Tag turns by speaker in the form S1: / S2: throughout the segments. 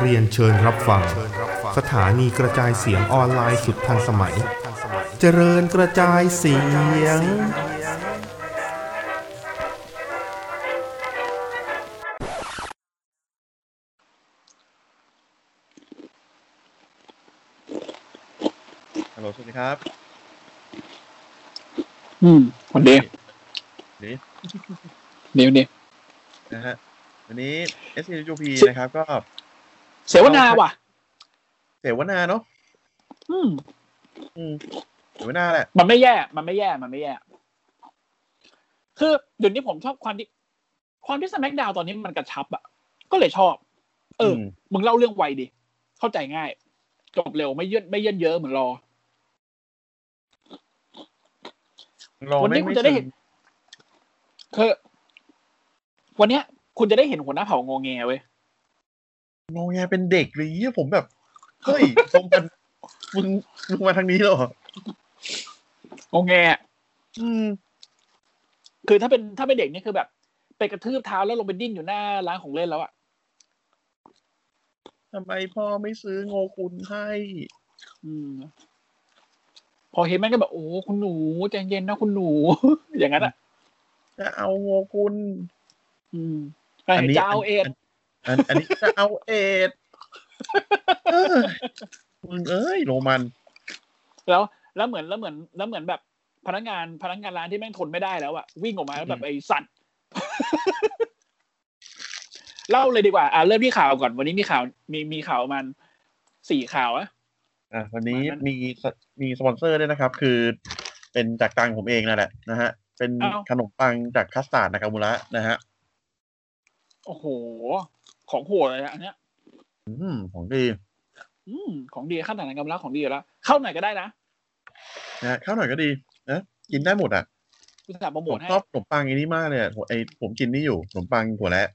S1: เรียนเชิญรับฟัง สถานีกระจายเสียงออนไลน์สุดทันสมัย เจริญกระจายเสียง
S2: ฮัลโหลสวัสดีครับ
S3: อืมคนเดียว
S2: หรือ
S3: เดียวเดียว
S2: นะฮะ วันนี้ S U P นะครับ ก็
S3: เสวนาว่ะ
S2: เสวนาเนาะ
S3: อืม
S2: อืมเสวนาแหละ
S3: มันไม่แย่ มันไม่แย่ มันไม่แย่ คือเดี๋ยวนี้ผมชอบความที่ความที่สแมกดาวตอนนี้มันกระชับอะก็เลยชอบ เอออ
S2: ม
S3: มึงเล่าเรื่องไวดิ เข้าใจง่าย จบเร็วไม่เยื่นไม่เยื่นเยอะเหมือนรอ
S2: รอ
S3: วันนี้
S2: แม่ง
S3: คุณ
S2: ไม่
S3: จะได้
S2: ถึง
S3: เห็น คือ วันเนี้ย คุณจะได้เห็นหัวหน้าเผ่างงแงเว้ย
S2: โนแงเป็นเด็กเลยเหียผมแบบ เฮ้ย ทรงมันมึงมึงมาทางนี้เหรอ
S3: งงแง
S2: อืม
S3: คือถ้าเป็นถ้าเป็นเด็กนี่คือแบบ ไปกระทืบเท้าแล้วลงไปดิ้นอยู่หน้าร้านของเล่นแล้วอะ
S2: ทำไมพ่อไม่ซื้อโงคุณให้
S3: อืมพอเห็นแม่งก็แบบโอ้คุณหนูใจเย็นนะคุณหนู อย่างนั้นอ่ะ
S2: จะเอาโงคุณ
S3: อืม
S2: อันนี้
S3: จะเอาเอ็ด
S2: อันอันนี้จะเอาเอ็ ดเอ้ยมึงเอ้ย โรมัน
S3: แล้ว แล้วเหมือนแล้วเหมือนแล้วเหมือนแบบ พนักงานพนักงานร้านที่แม่งทนไม่ได้แล้วอ่ะวิ่งออกมาแล้วแบ
S2: อื
S3: บ
S2: ม
S3: ไอ้สัตว์ เล่าเลยดีกว่า อ่าเริ่มที่ข่าวก่อนวันนี้มีข่าว มีมีข่าวประมันสี่ข่าวอะ
S2: อ่ะวันนี้
S3: ประมาณนั้น
S2: มีสมีสปอนเซอร์ด้วยนะครับ คือเป็นจากตังผมเองนั่นแหละนะฮะ เป็น
S3: อ้าว
S2: ขนมปังจากคัสตาร์ดนากามูระนะฮะ
S3: โอ้โห ของโหดเลยนะอันเนี้ย
S2: อืมของดี
S3: อืมของดีขั้นต่างกำลังของดีอยู่แล้ว เข้าไหนอยก็ได้นะ
S2: นะฮะข้าวหน่อยก็ดีนะกินได้หมดอ่ะ
S3: คุณสาห์โปรโม
S2: ผ
S3: ท
S2: ม
S3: ให้
S2: ชอบขนมปังอันนี้มากเลยอะไอผมกินนี่อยู่ขนมปังถั่วและ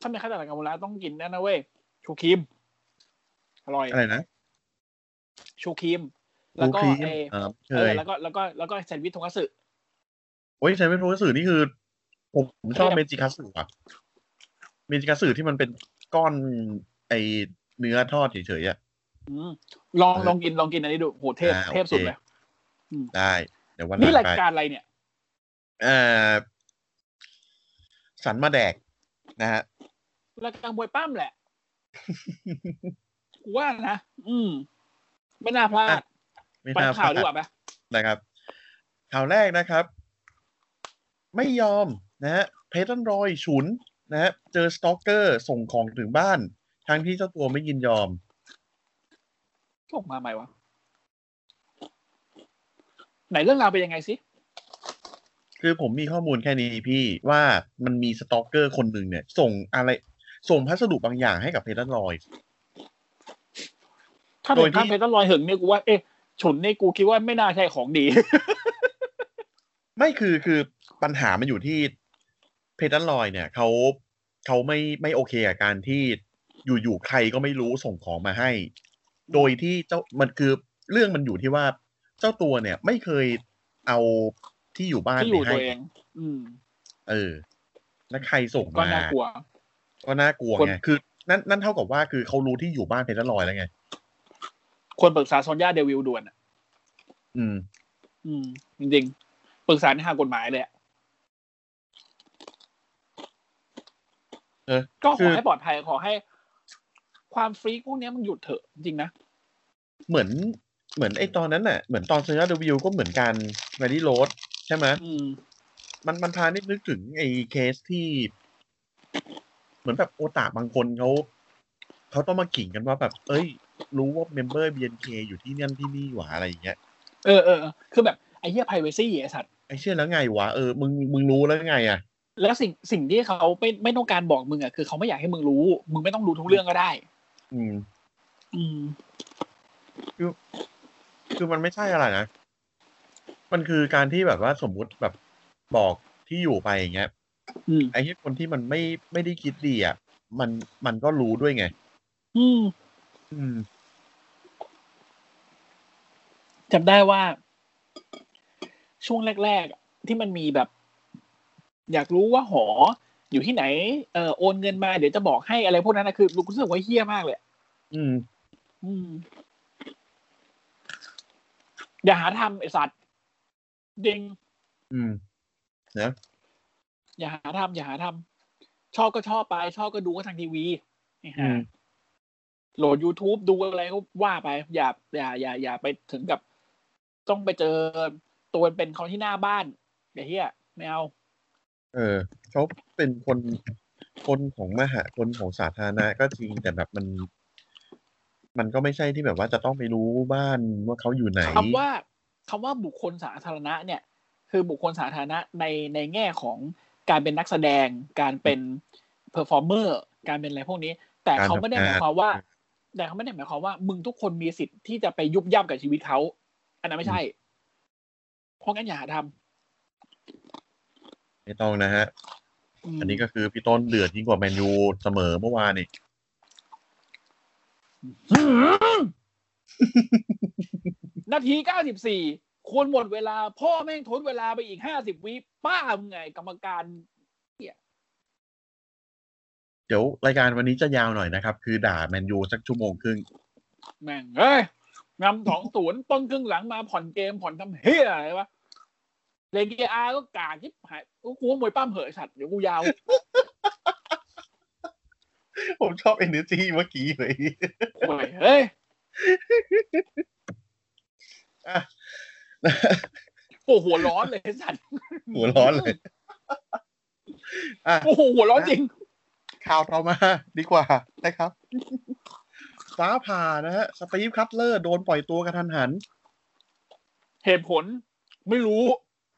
S3: ถ้าเป็นขั้นต่างกำลังต้องกินแน่นะเว้ยชูครีมอร่อย
S2: อะไรนะ
S3: ชูครีม แล้วก็
S2: ครีม
S3: ไอ้
S2: อ่าไม่เค
S3: เออย แล้วก็แล้วก็แล้วก็แซนด์วิชทงคัตสึ
S2: โอ้ยใช้เป็นโทรสื่อนี่คือ ผมผมชอบ
S3: เคยนะ
S2: เมจิคัตสึอ่ะเมจิคัตสึที่มันเป็นก้อนไอเนื้อทอดเฉยๆอ่ะ
S3: อืมลอง
S2: เออ
S3: ลองกินลองกินอันนี้ดูโหเทพ
S2: อ่า
S3: เทพสุด
S2: โอเค
S3: เลย
S2: ได้เดี๋ยววันห
S3: นี่
S2: ลั
S3: ราง ย
S2: ไป
S3: การอะไรเนี่ย
S2: อ่าสันมาแดกนะฮะ
S3: รายการมวยปั้ม แหละกูว่านะอืม ไม่น่าพลา
S2: อ่ะ
S3: ด
S2: ไม่
S3: ไป
S2: น่าพ
S3: ข่า
S2: ลาว ด
S3: ดีกว่าไหม
S2: นะครับ ข่าวแรกนะครับ ไม่ยอมนะฮะเพทันรอยฉุนนะฮะเจอสตอกเกอร์ส่งของถึงบ้าน ทั้งที่เจ้าตัวไม่ยินยอม
S3: พวกมาใหม่วะไหนเรื่องราวเป็นยังไงสิ
S2: คือผมมีข้อมูลแค่นี้พี่ว่ามันมีสตอกเกอร์คนหนึ่งเนี่ย ส่งอะไร ส่งพัสดุบางอย่างให้กับเพทันรอย
S3: ถ้า
S2: โด
S3: เป็
S2: ย
S3: น
S2: ที่
S3: ข้ามเพชรลอยหึงเนี่ยกูว่าเอ๊ะฉุนเนี่ยกูคิดว่าไม่น่าใช่ของดี
S2: ไม่คือคือปัญหามันอยู่ที่เพดันลอยเนี่ยเขาเขาไม่ไม่โอเคกับการที่อยู่ๆใครก็ไม่รู้ส่งของมาให้ โดยที่เจ้ามันคือเรื่องมันอยู่ที่ว่าเจ้าตัวเนี่ยไม่เคยเอาที่อยู่บ้าน
S3: ที่อยู่
S2: ไปให้
S3: ตัวเอง อืม
S2: เออแล้วใครส่ง
S3: ก็
S2: มา
S3: น่ากลัว
S2: ก็น่ากลัว
S3: คน
S2: ไงคือนั่นนั่นเท่ากับว่าคือเขารู้ที่อยู่บ้านเพดันลอยแล้วไง
S3: ควรปรึกษาซอนยาเดวิลด่วนอะ
S2: อืม
S3: อืม จริงๆปรึกษาในทางกฎหมายเลยอะ
S2: เออ
S3: ก็ข
S2: คือ อ
S3: ให้ปลอดภัยขอให้ ความฟรีกพวกเนี้ยมันหยุดเถอะจริงๆนะ
S2: เหมือนเหมือนไอตอนนั้นน่ะเหมือนตอนเซอร์เดวิลก็เหมือนกันแมรี่โรสใช่ไหม
S3: อืม
S2: มันมันพานิดนึกถึงไอ้เคสที่ เหมือนแบบโอตาบางคนเขาเขาต้องมาขิงกันว่าแบบ เอ้ย รู้ว่าเมมเบอร์ BNK อยู่ที่นั่นที่นี่หว่าอะไรอย่างเงี้ย
S3: เออเออเออคือแบบไอ้เหี้ย p r i เวซี่ไอ้สัตว์
S2: ไอ้เชื่อแล้วไงวะเออมึงมึงรู้แล้วไงอ่ะ
S3: แล้วสิ่งสิ่งที่เขาไม่ไม่ต้องการบอกมึงอ่ะคือเขาไม่อยากให้มึงรู้ มึงไม่ต้องรู้ทุกเรื่องก็ได้
S2: อืม
S3: อืม
S2: คือมันไม่ใช่อะไรนะ มันคือการที่แบบว่าสมมุติแบบบอกที่อยู่ไปอย่างเงี้ย
S3: อืม
S2: ไอ้เหี้ยคนที่มันไม่ไม่ได้คิดดีอ่ะมันมันก็รู้ด้วยไง
S3: อืม
S2: อืม
S3: จำได้ว่า ช่วงแรกๆอะ ที่มันมีแบบ อยากรู้ว่าหอ อยู่ที่ไหนเออโอนเงินมาเดี๋ยวจะบอกให้อะไรพวกนั้นนะคือรู้สึกว่าเฮี้ยมากเลย
S2: อืม
S3: อืม อย่าหาทำไอสัตว์จริง
S2: อืม
S3: อย่าหาทำอย่าหาทำชอบก็ชอบไป ชอบก็ดูก็ทางทีวีไอ้ห่า
S2: อืม
S3: โหลด YouTube ดูอะไรก็ว่าไป อย่า อย่า อย่า อย่าไปถึงกับ ต้องไปเจอตัวเป็นเขาที่หน้าบ้านไอ้เหี้ยไม่เอา
S2: เออเขาเป็นคนคนของมหาคนของสาธารณะก็จริงแต่แบบมัน มันก็ไม่ใช่ที่แบบว่าจะต้องไปรู้บ้านว่าเขาอยู่ไหน
S3: คำว่าคำว่าบุคคลสาธารณะเนี่ย คือบุคคลสาธารณะในในแง่ของการเป็นนักแสดง การเป็นเพอร์ฟอร์เมอร์ การเป็นอะไรพวกนี้ แต่เขาไม่ได้หมายความว่า แต่เขาไม่ได้หมายความว่า มึงทุกคนมีสิทธิ์ที่จะไปยุบย่ำกับชีวิตเขา อันนั้นไม่ใช่ เพราะงั้นอย่าหาท
S2: ไม่ต้องนะฮะ
S3: ำม
S2: อันนี้ก็คือพี่ต้นเดือดยิ่งกว่าแมนยูเสมอเมื่อวานนี่
S3: หืมนาที 94 ควรหมดเวลา พ่อแม่งทนเวลาไปอีก 50 วิป้ามึงไง กรรมการ
S2: เดี๋ยวรายการวันนี้จะยาวหน่อยนะครับ คือด่าแมนยูสักชั่วโมงครึ่ง
S3: แม่งเอ้ยนำสองศูนย์ต้นครึ่งหลังมาผ่อนเกมผ่อนทำเฮียอะไรวะเลเกียอาร์ก็กาทิบหายกูกูว่ามวยป้ามเหอะไอ้สัตว์เดี๋ยวกูยาว
S2: ผมชอบเอเนอร์จีเมื่อกี้เลย
S3: โอ้ยเฮ้ย
S2: อ่ะ
S3: โอ้โหหัวร้อนเลยไอ้สัตว์
S2: หัวร้อนเลย อ่ะ
S3: โอ้โหหัวร้อนจริง
S2: ข่าวต่อมา ดีกว่านะครับ ฟ้าผ่านะฮะ สตีฟคัตเลอร์โดนปล่อยตัวกระทันหัน
S3: เหตุผลไม่รู้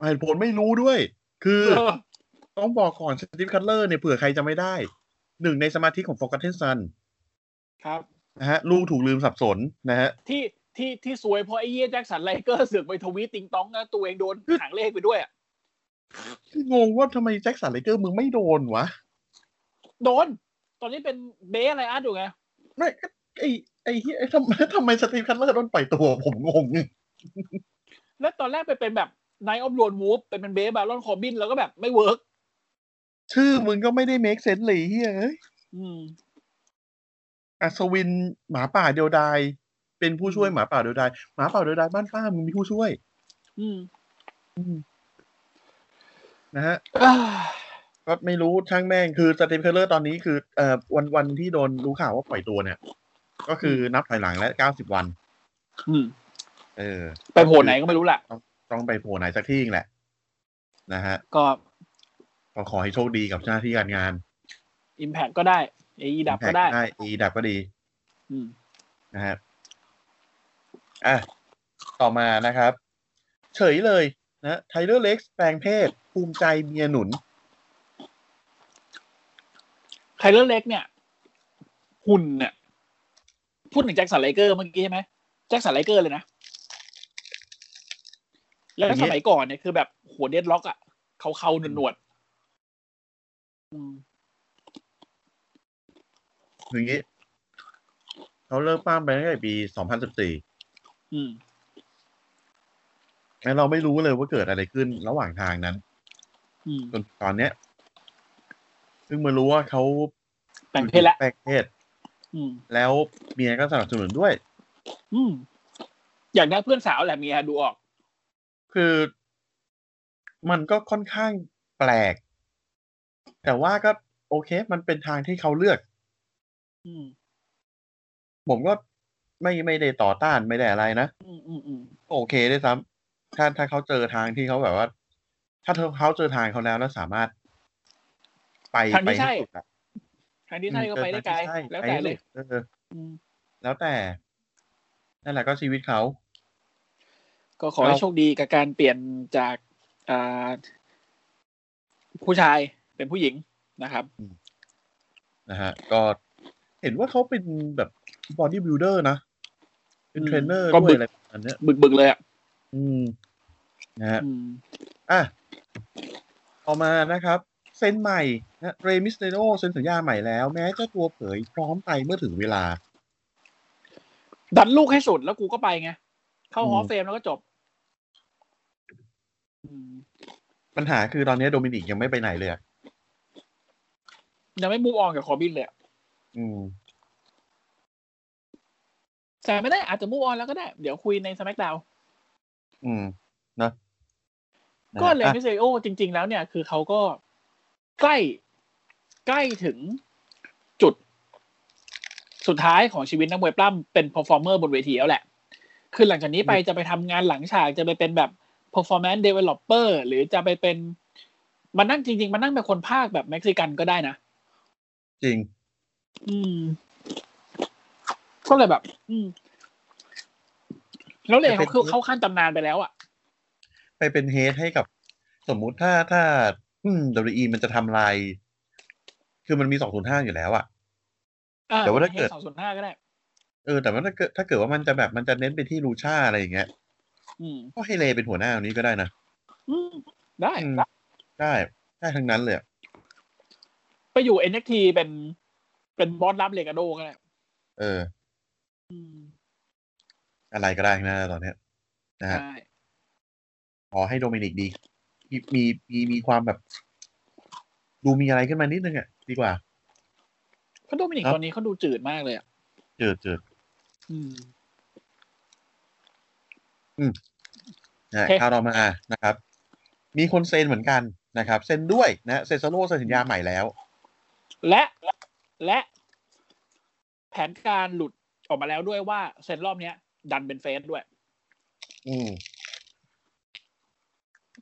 S2: เหตุผลไม่รู้ด้วย คือ
S3: เออ
S2: ต้องบอกก่อนสตีฟคัตเลอร์เนี่ยเผื่อใครจะไม่ได้ หนึ่งในสมาธิของ Forgotten Son
S3: ครับ
S2: นะฮะ ลูกถูกลืมสับสนนะฮะ
S3: ที่ที่ที่สวยเพราะไอ้เยี่ยแจ็คสันไลเกอร์เสือกไปทวีตติงต้องนะตัวเองโดนหางเลขไปด้วยอะ
S2: งงว่าทำไมแจ็คสันไลเกอร์มึงไม่โดนวะ
S3: โดน ตอนนี้เป็นเบสอะไรอาร์ตอยู่ไง
S2: ไม่ก็ไอไอเหี้ยไอ้ทำไม ทำไมสตีฟคัตเลอร์โดนปล่อยตัว ผมงง
S3: แล้วตอนแรกไปเป็นแบบไนออฟโรนวูฟเป็นเป็นเบสบารอนคอบินแล้วก็แบบไม่เวิร์ก
S2: ชื่อมึงก็ไม่ได้ make sense เลยเฮียเอ้ย
S3: อืม
S2: อัศวินหมาป่าเดียวดาย เป็นผู้ช่วยหมาป่าเดียวดาย หมาป่าเดียวดายบ้านป้ามึงมีผู้ช่วย
S3: อืม
S2: นะฮะ
S3: อ่า
S2: ก็ไม่รู้ช่างแม่งคือสตีฟเคอร์เลอร์ตอนนี้คือเอ่อวันวันที่โดนรู้ข่าวว่าปล่อยตัวเนี่ย ก็คือนับถอยหลังและเก้าสิบวัน
S3: อืม
S2: เออ
S3: ไปโผล่ไหนก็ไม่รู้แหละ
S2: ต้องไปโผล่ไหนสักที่แหละ นะฮะ
S3: ก็
S2: ก็ขอให้โชคดีกับหน้าที่การงาน
S3: อิมแพ t ก็ได้ไอ้ดับก็ได้
S2: ได้อีดับก็ดี
S3: อืม
S2: นะฮะ อ่ะ ต่อมานะครับ เฉยเลยนะไทเลอร์เล็กแปลงเพศ ภูมิใจเมียหนุน
S3: ไคลเลอร์เล็กเนี่ย หุ่นเนี่ย พูดถึงแจ็คสันไลเกอร์เมื่อกี้ใช่ไหมแจ็คสันไลเกอร์เลยนะ แล้ว
S2: อย่างนี้
S3: สมัยก่อนเนี่ยคือแบบหัวเดดล็อกอ่ะ เขาเขาๆหนวดๆอืม
S2: อย่างนี้ เขาเลิกปั้มไปตั้งแต่ปี 2014
S3: อืม
S2: แล้วเราไม่รู้เลยว่าเกิดอะไรขึ้นระหว่างทางนั้น
S3: อืม
S2: จนตอนเนี้ย ซึ่งมารู้ว่าเขา
S3: แปลงเพศละ
S2: แปลงเพศ
S3: อืม
S2: แล้วเมียก็สนับสนุนด้วย
S3: อืม อยากได้เพื่อนสาวแหละเมียดูออก
S2: คือมันก็ค่อนข้างแปลก แต่ว่าก็โอเค มันเป็นทางที่เขาเลือก
S3: อืม
S2: ผมก็ไม่ไม่ได้ต่อต้านไม่ได้อะไรนะ
S3: อืมอืมอืม
S2: โอเคด้วยซ้ำถ้าถ้าเขาเจอทางที่เขาแบบว่า ถ้าเธอเขาเจอทางเขาแล้วแล้วสามารถ ไป
S3: ทาง
S2: ไป
S3: ที่ใช่
S2: ให้สุดอะ
S3: ทางที่ใช่ก็ไปได้
S2: เออทางที่
S3: ไกล
S2: ใช่
S3: แล้ว
S2: ไป
S3: แต่
S2: ให้
S3: เล
S2: สุ
S3: ย
S2: ดเออ
S3: อืม
S2: แล้วแต่นั่นแหละก็ชีวิตเขา
S3: ก็ขอให้
S2: เอา
S3: โชคดีกับการเปลี่ยนจากอ่าผู้ชายเป็นผู้หญิงนะครับ
S2: นะฮะ ก็เห็นว่าเขาเป็นแบบบอดี้บิ l เดอร์นะ เป็น
S3: อืม
S2: เทรนเนอร์
S3: ก็
S2: ด้ว
S3: บึ
S2: ยอะ
S3: ก
S2: ไรอันเนี้ย
S3: บึกบึกๆเลยอ่ะ
S2: อืม นะฮะ
S3: อืม
S2: อ่ะ ต่อมานะครับ เซ็นใหม่นะเรมิสเตโนเซ็นสัญญาใหม่แล้ว แม้เจ้าตัวเผยพร้อมไปเมื่อถึงเวลา
S3: ดันลูกให้สุดแล้วกูก็ไปไง เข้า
S2: อืม
S3: ฮอลล์เฟรมแล้วก็จบ อืม
S2: ปัญหาคือตอนนี้โดมินิกยังไม่ไปไหนเลยอะ
S3: ยังไม่มูฟออนกับคอร์บินเลยอะ
S2: อืม
S3: แต่ไม่ได้อาจจะมูฟออนแล้วก็ได้ เดี๋ยวคุยในสมักดาว
S2: อืมนะนะ
S3: ก็เล
S2: อ่ะ
S3: มิเซโอจริง ๆ แล้วเนี่ยคือเขาก็ใกล้ใกล้ถึงจุดสุดท้ายของชีวิตนักมวยปล้ำเป็น p พ r ร o ฟอร์เมอร์บนเวทีแล้วแหละ คือหลังจากนี้ไปจะไปทำงานหลังฉากจะไปเป็นแบบ performance developer หรือจะไปเป็นมานั่งจริง ๆมานั่งเป็นคนภาคแบบเม็กซิกันก็ได้นะ
S2: จริง
S3: อืมก็เลยแบบ อืม แล้วเลยเขาคือเข้าขั้นตำนานไปแล้วอ่ะ
S2: ไปเป็นเฮดให้กับ สมมุติถ้าถ้า อืม WE มันจะทำลาย คือมันมีสองศูนย์ห้าอยู่แล้วอะ
S3: อ่
S2: แต่ว่าถ้าเกิด
S3: สองส่วนห้าก็ได้
S2: เออแต่ว่าถ้าเกิดถ้าเกิดว่ามันจะแบบมันจะเน้นไปที่ลูชาอะไรอย่างเงี้ย
S3: อืม
S2: ก็ให้เลเป็นหัวหน้าคนนี้ก็ได้นะ
S3: อืม ได้
S2: อืม ได้ ได้ทั้งนั้นเลยอะ
S3: ไปอยู่ NXT เป็น เป็นบอสรับเลกาโดก็ได้
S2: เออ
S3: อืม
S2: อะไรก็ได้ทั้งนะตอนเนี้ยนะฮะ
S3: ใช่
S2: ขอให้โดมินิกดี มีมีมีมีความแบบ ดูมีอะไรขึ้นมานิดนึงอ่ะดีกว่า
S3: เพราะโดมินิก
S2: ครับ
S3: ตอนนี้เขาดูจืดมากเลยอ่ะ
S2: เจิดเจิด
S3: อืม
S2: นะฮะ
S3: โอเค
S2: ข่าวต่อมานะครับ มีคนเซ็นเหมือนกันนะครับ เซ็นด้วยนะฮะเซ็นโซโล่เซ็นสัญญาใหม่แล้ว
S3: และและแผนการหลุดออกมาแล้วด้วยว่าเซนรอบเนี้ย ดันเป็นเฟสด้วย
S2: อืม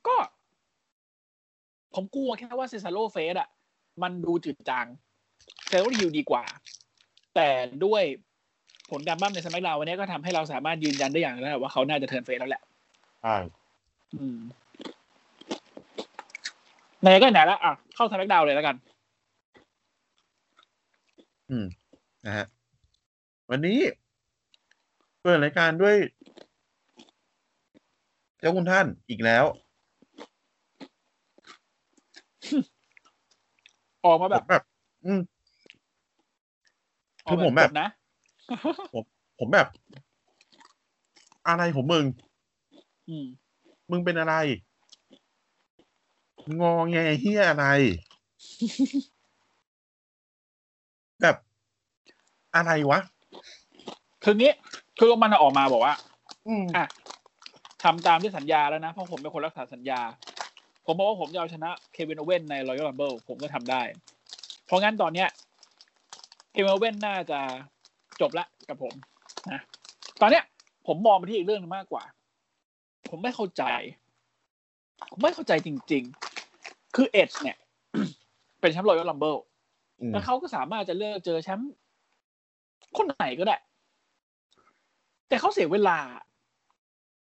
S3: ก็ ผมกลัวแค่ว่าเซซาโลเฟสอ่ะ มันดูจืดจางเซซาโลฮิวดีกว่า แต่ด้วยผลการบ้ามในสมัยเราวันนี้ก็ทำให้เราสามารถยืนยันได้อย่างแล้วแหละว่าเขาน่าจะเทิร์นเฟสแล้วแหละ
S2: ใช่
S3: อืมไหนก็ไหนแล้วอ่ะ เข้าสมัยดาวเลยแล้วกัน
S2: นะฮะ วันนี้เปิดรายการด้วย เจ้าคุณท่านอีกแล้ว
S3: ออกมา
S2: ผ
S3: แบบ
S2: มแบบ อืม
S3: ออก
S2: คือผมแบบ
S3: จนะ
S2: ผมแบบ อะไรของมึง
S3: อืม
S2: มึงเป็นอะไร งอแงเฮียอะไร แบบอะไรวะ
S3: คืองี้คือมันออกมาบอกว่า
S2: อืม
S3: ทำตามที่สัญญาแล้วนะ เพราะผมเป็นคนรักษาสัญญา ผมบอกว่าผมจะเอาชนะเควินโอเว่นในรอยัล r ัมเบิลผมก็ทำได้ เพราะงั้นตอนเนี้ยเควินโอเว่นน่าจะจบละกับผมนะตอนเนี้ย ผมมองไปที่อีกเรื่องหนึงมากกว่า ผมไม่เข้าใจ ผมไม่เข้าใจจริง ๆ คือเอ็ดเนี่ย เป็นแชมป์รอยัล r ัมเบิล
S2: อืม
S3: แล้วเขาก็สามารถจะเลือกเจอแชมป์คนไหนก็ได้ แต่เขาเสียเวลา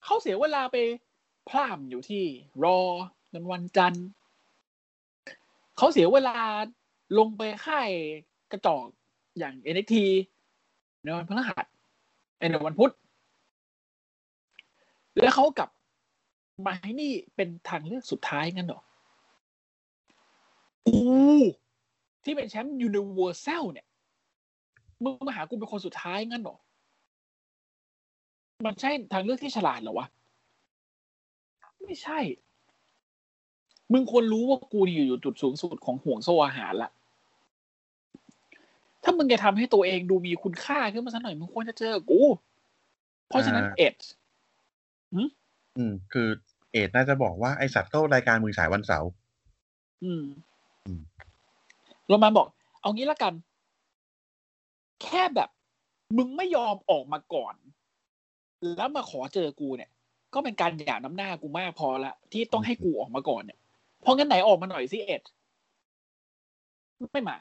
S3: เขาเสียเวลาไปพร่ำอยู่ที่รอจนวันจันทร์ เขาเสียเวลาลงไปค่ายกระจอกอย่าง NXT ในวันพฤหัสเอ้ยในวันพุธ แล้วเขากลับมาให้นี่เป็นทางเลือกสุดท้ายงั้นเหรอกูที่เป็นแชมป์ยูนิเวอร์แซลเนี่ยมึงมาหากูเป็นคนสุดท้ายงั้นเหรอ มันใช่ทางเลือกที่ฉลาดเหรอวะ ไม่ใช่ มึงควรรู้ว่ากูนี่อยู่จุดสูงสุดของห่วงโซ่อาหารละ ถ้ามึงจะทำให้ตัวเองดูมีคุณค่าขึ้นมาสักหน่อย มึงควรจะเจอกู เพราะฉะนั้น
S2: อ่า
S3: เอ็ด
S2: อืม คือเอ็ดน่าจะบอกว่าไอสัตว์เข้ารายการมือสายวันเสาร์
S3: อืม
S2: อืม
S3: โรมันบอก เอางี้ละกัน แค่แบบ มึงไม่ยอมออกมาก่อน แล้วมาขอเจอกูเนี่ย ก็เป็นการหย่าน้ำหน้ากูมากพอละที่ต้องให้กูออกมาก่อนเนี่ยเพราะงั้นไหนออกมาหน่อยสิเอ็ด ไม่มา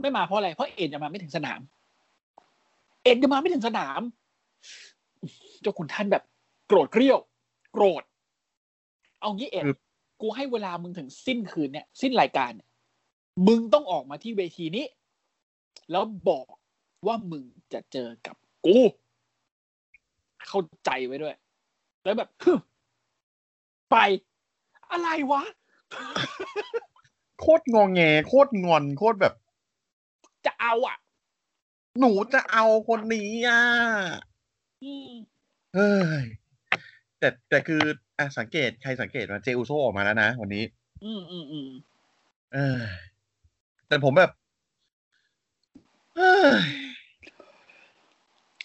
S3: ไม่มาเพราะอะไร เพราะเอ็ดยังมาไม่ถึงสนาม เอ็ดยังมาไม่ถึงสนาม เจ้าคุณท่านแบบ โกรธเกรี้ยว โกรธ เอางี้เอ็ด กูให้เวลามึงถึงสิ้นคืนเนี่ย สิ้นรายการเนี่ยมึงต้องออกมาที่เวทีนี้ แล้วบอกว่ามึงจะเจอกับกู เข้าใจไว้ด้วย แล้วแบบ ไป อะไรวะ
S2: โคตรงอแง โคตรงอน โคตรแบบ
S3: จะเอาอ่ะ
S2: หนูจะเอาคนนี้อ่ะ
S3: อืม
S2: เฮ้ยแต่แต่คือ อ่ะสังเกตใครสังเกตว่าเจอุโซออกมาแล้วนะวันนี้
S3: อืมอืมอืม
S2: เออแต่ผมแบบเอ้ย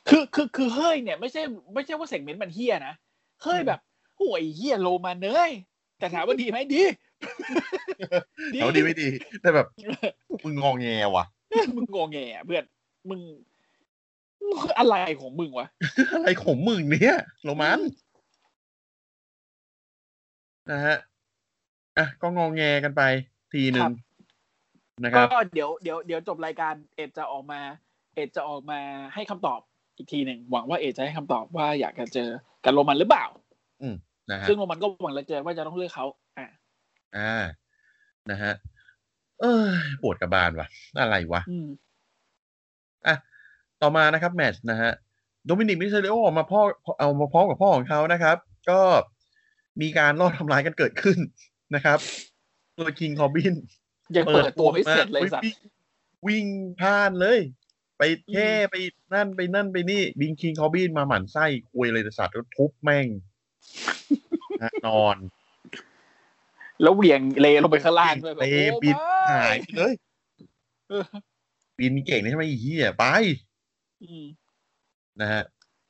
S3: คือคือคือเฮ้ยเนี่ยไม่ใช่ไม่ใช่ว่าเซกเมนต์มันเฮียนะเฮ้ยแบบโอ้ยเฮียโลมาเนยแต่ถามว่าดีไหมดี
S2: เอาดีไม่ดี แต่แบบมึงงองแงว่ะ
S3: มึงงงแงอะเพื่อนมึงมึงอะไรของมึงวะ
S2: อะไรของมึงเนี่ยโรมันนะฮะอ่ะก็งองแงกันไปทีหนึ่
S3: ครั
S2: ง
S3: บ
S2: นะค
S3: ก็
S2: รับ
S3: เดี๋ยวเดี๋ยวเดี๋ยวจบรายการเอ็ดจะออกมา เอ็ดจะออกมาให้คำตอบอีกทีหนึ่งหวังว่าเอ็ดจะให้คำตอบว่าอยากจะเจอกับโรมันหรือเปล่า
S2: นะฮะ
S3: ซึ่งโรมันก็หวังจะเจอว่าจะต้องเลือกเขาอ่ะ
S2: อ่านะฮะเออปวดกระบาลว่ะ อะไรวะ
S3: อืม
S2: อ่ะ ต่อมานะครับแมตชนะฮะ โดมินิกมิเซเลโอออกมาพ่อเอามาพร้อมกับพ่อของเขานะครับ ก็มีการลอบทำร้ายกันเกิดขึ้นนะครับโดยคิงคอบิน
S3: ยังเปิดตัวไม่เสร็จเลยสัตว์
S2: วิ่งวิ่งพลาดเลย ไปแค่ไปนั่นไปนั่นไปนี่บิงคิงคอบินมาหมั่นไส้คุยเลยแต่สัตว์ก็ทุบแม่ง นอน
S3: แล้วเหวี่ยงเลลงไปข้างล่างด้วยแบบ
S2: เตะ
S3: โอ้
S2: บิน
S3: ไม่
S2: หายไปเลย
S3: เออ
S2: บินเก่งนี่ใช่ไหมไอ้เหี้ยไป
S3: อืม
S2: นะฮะ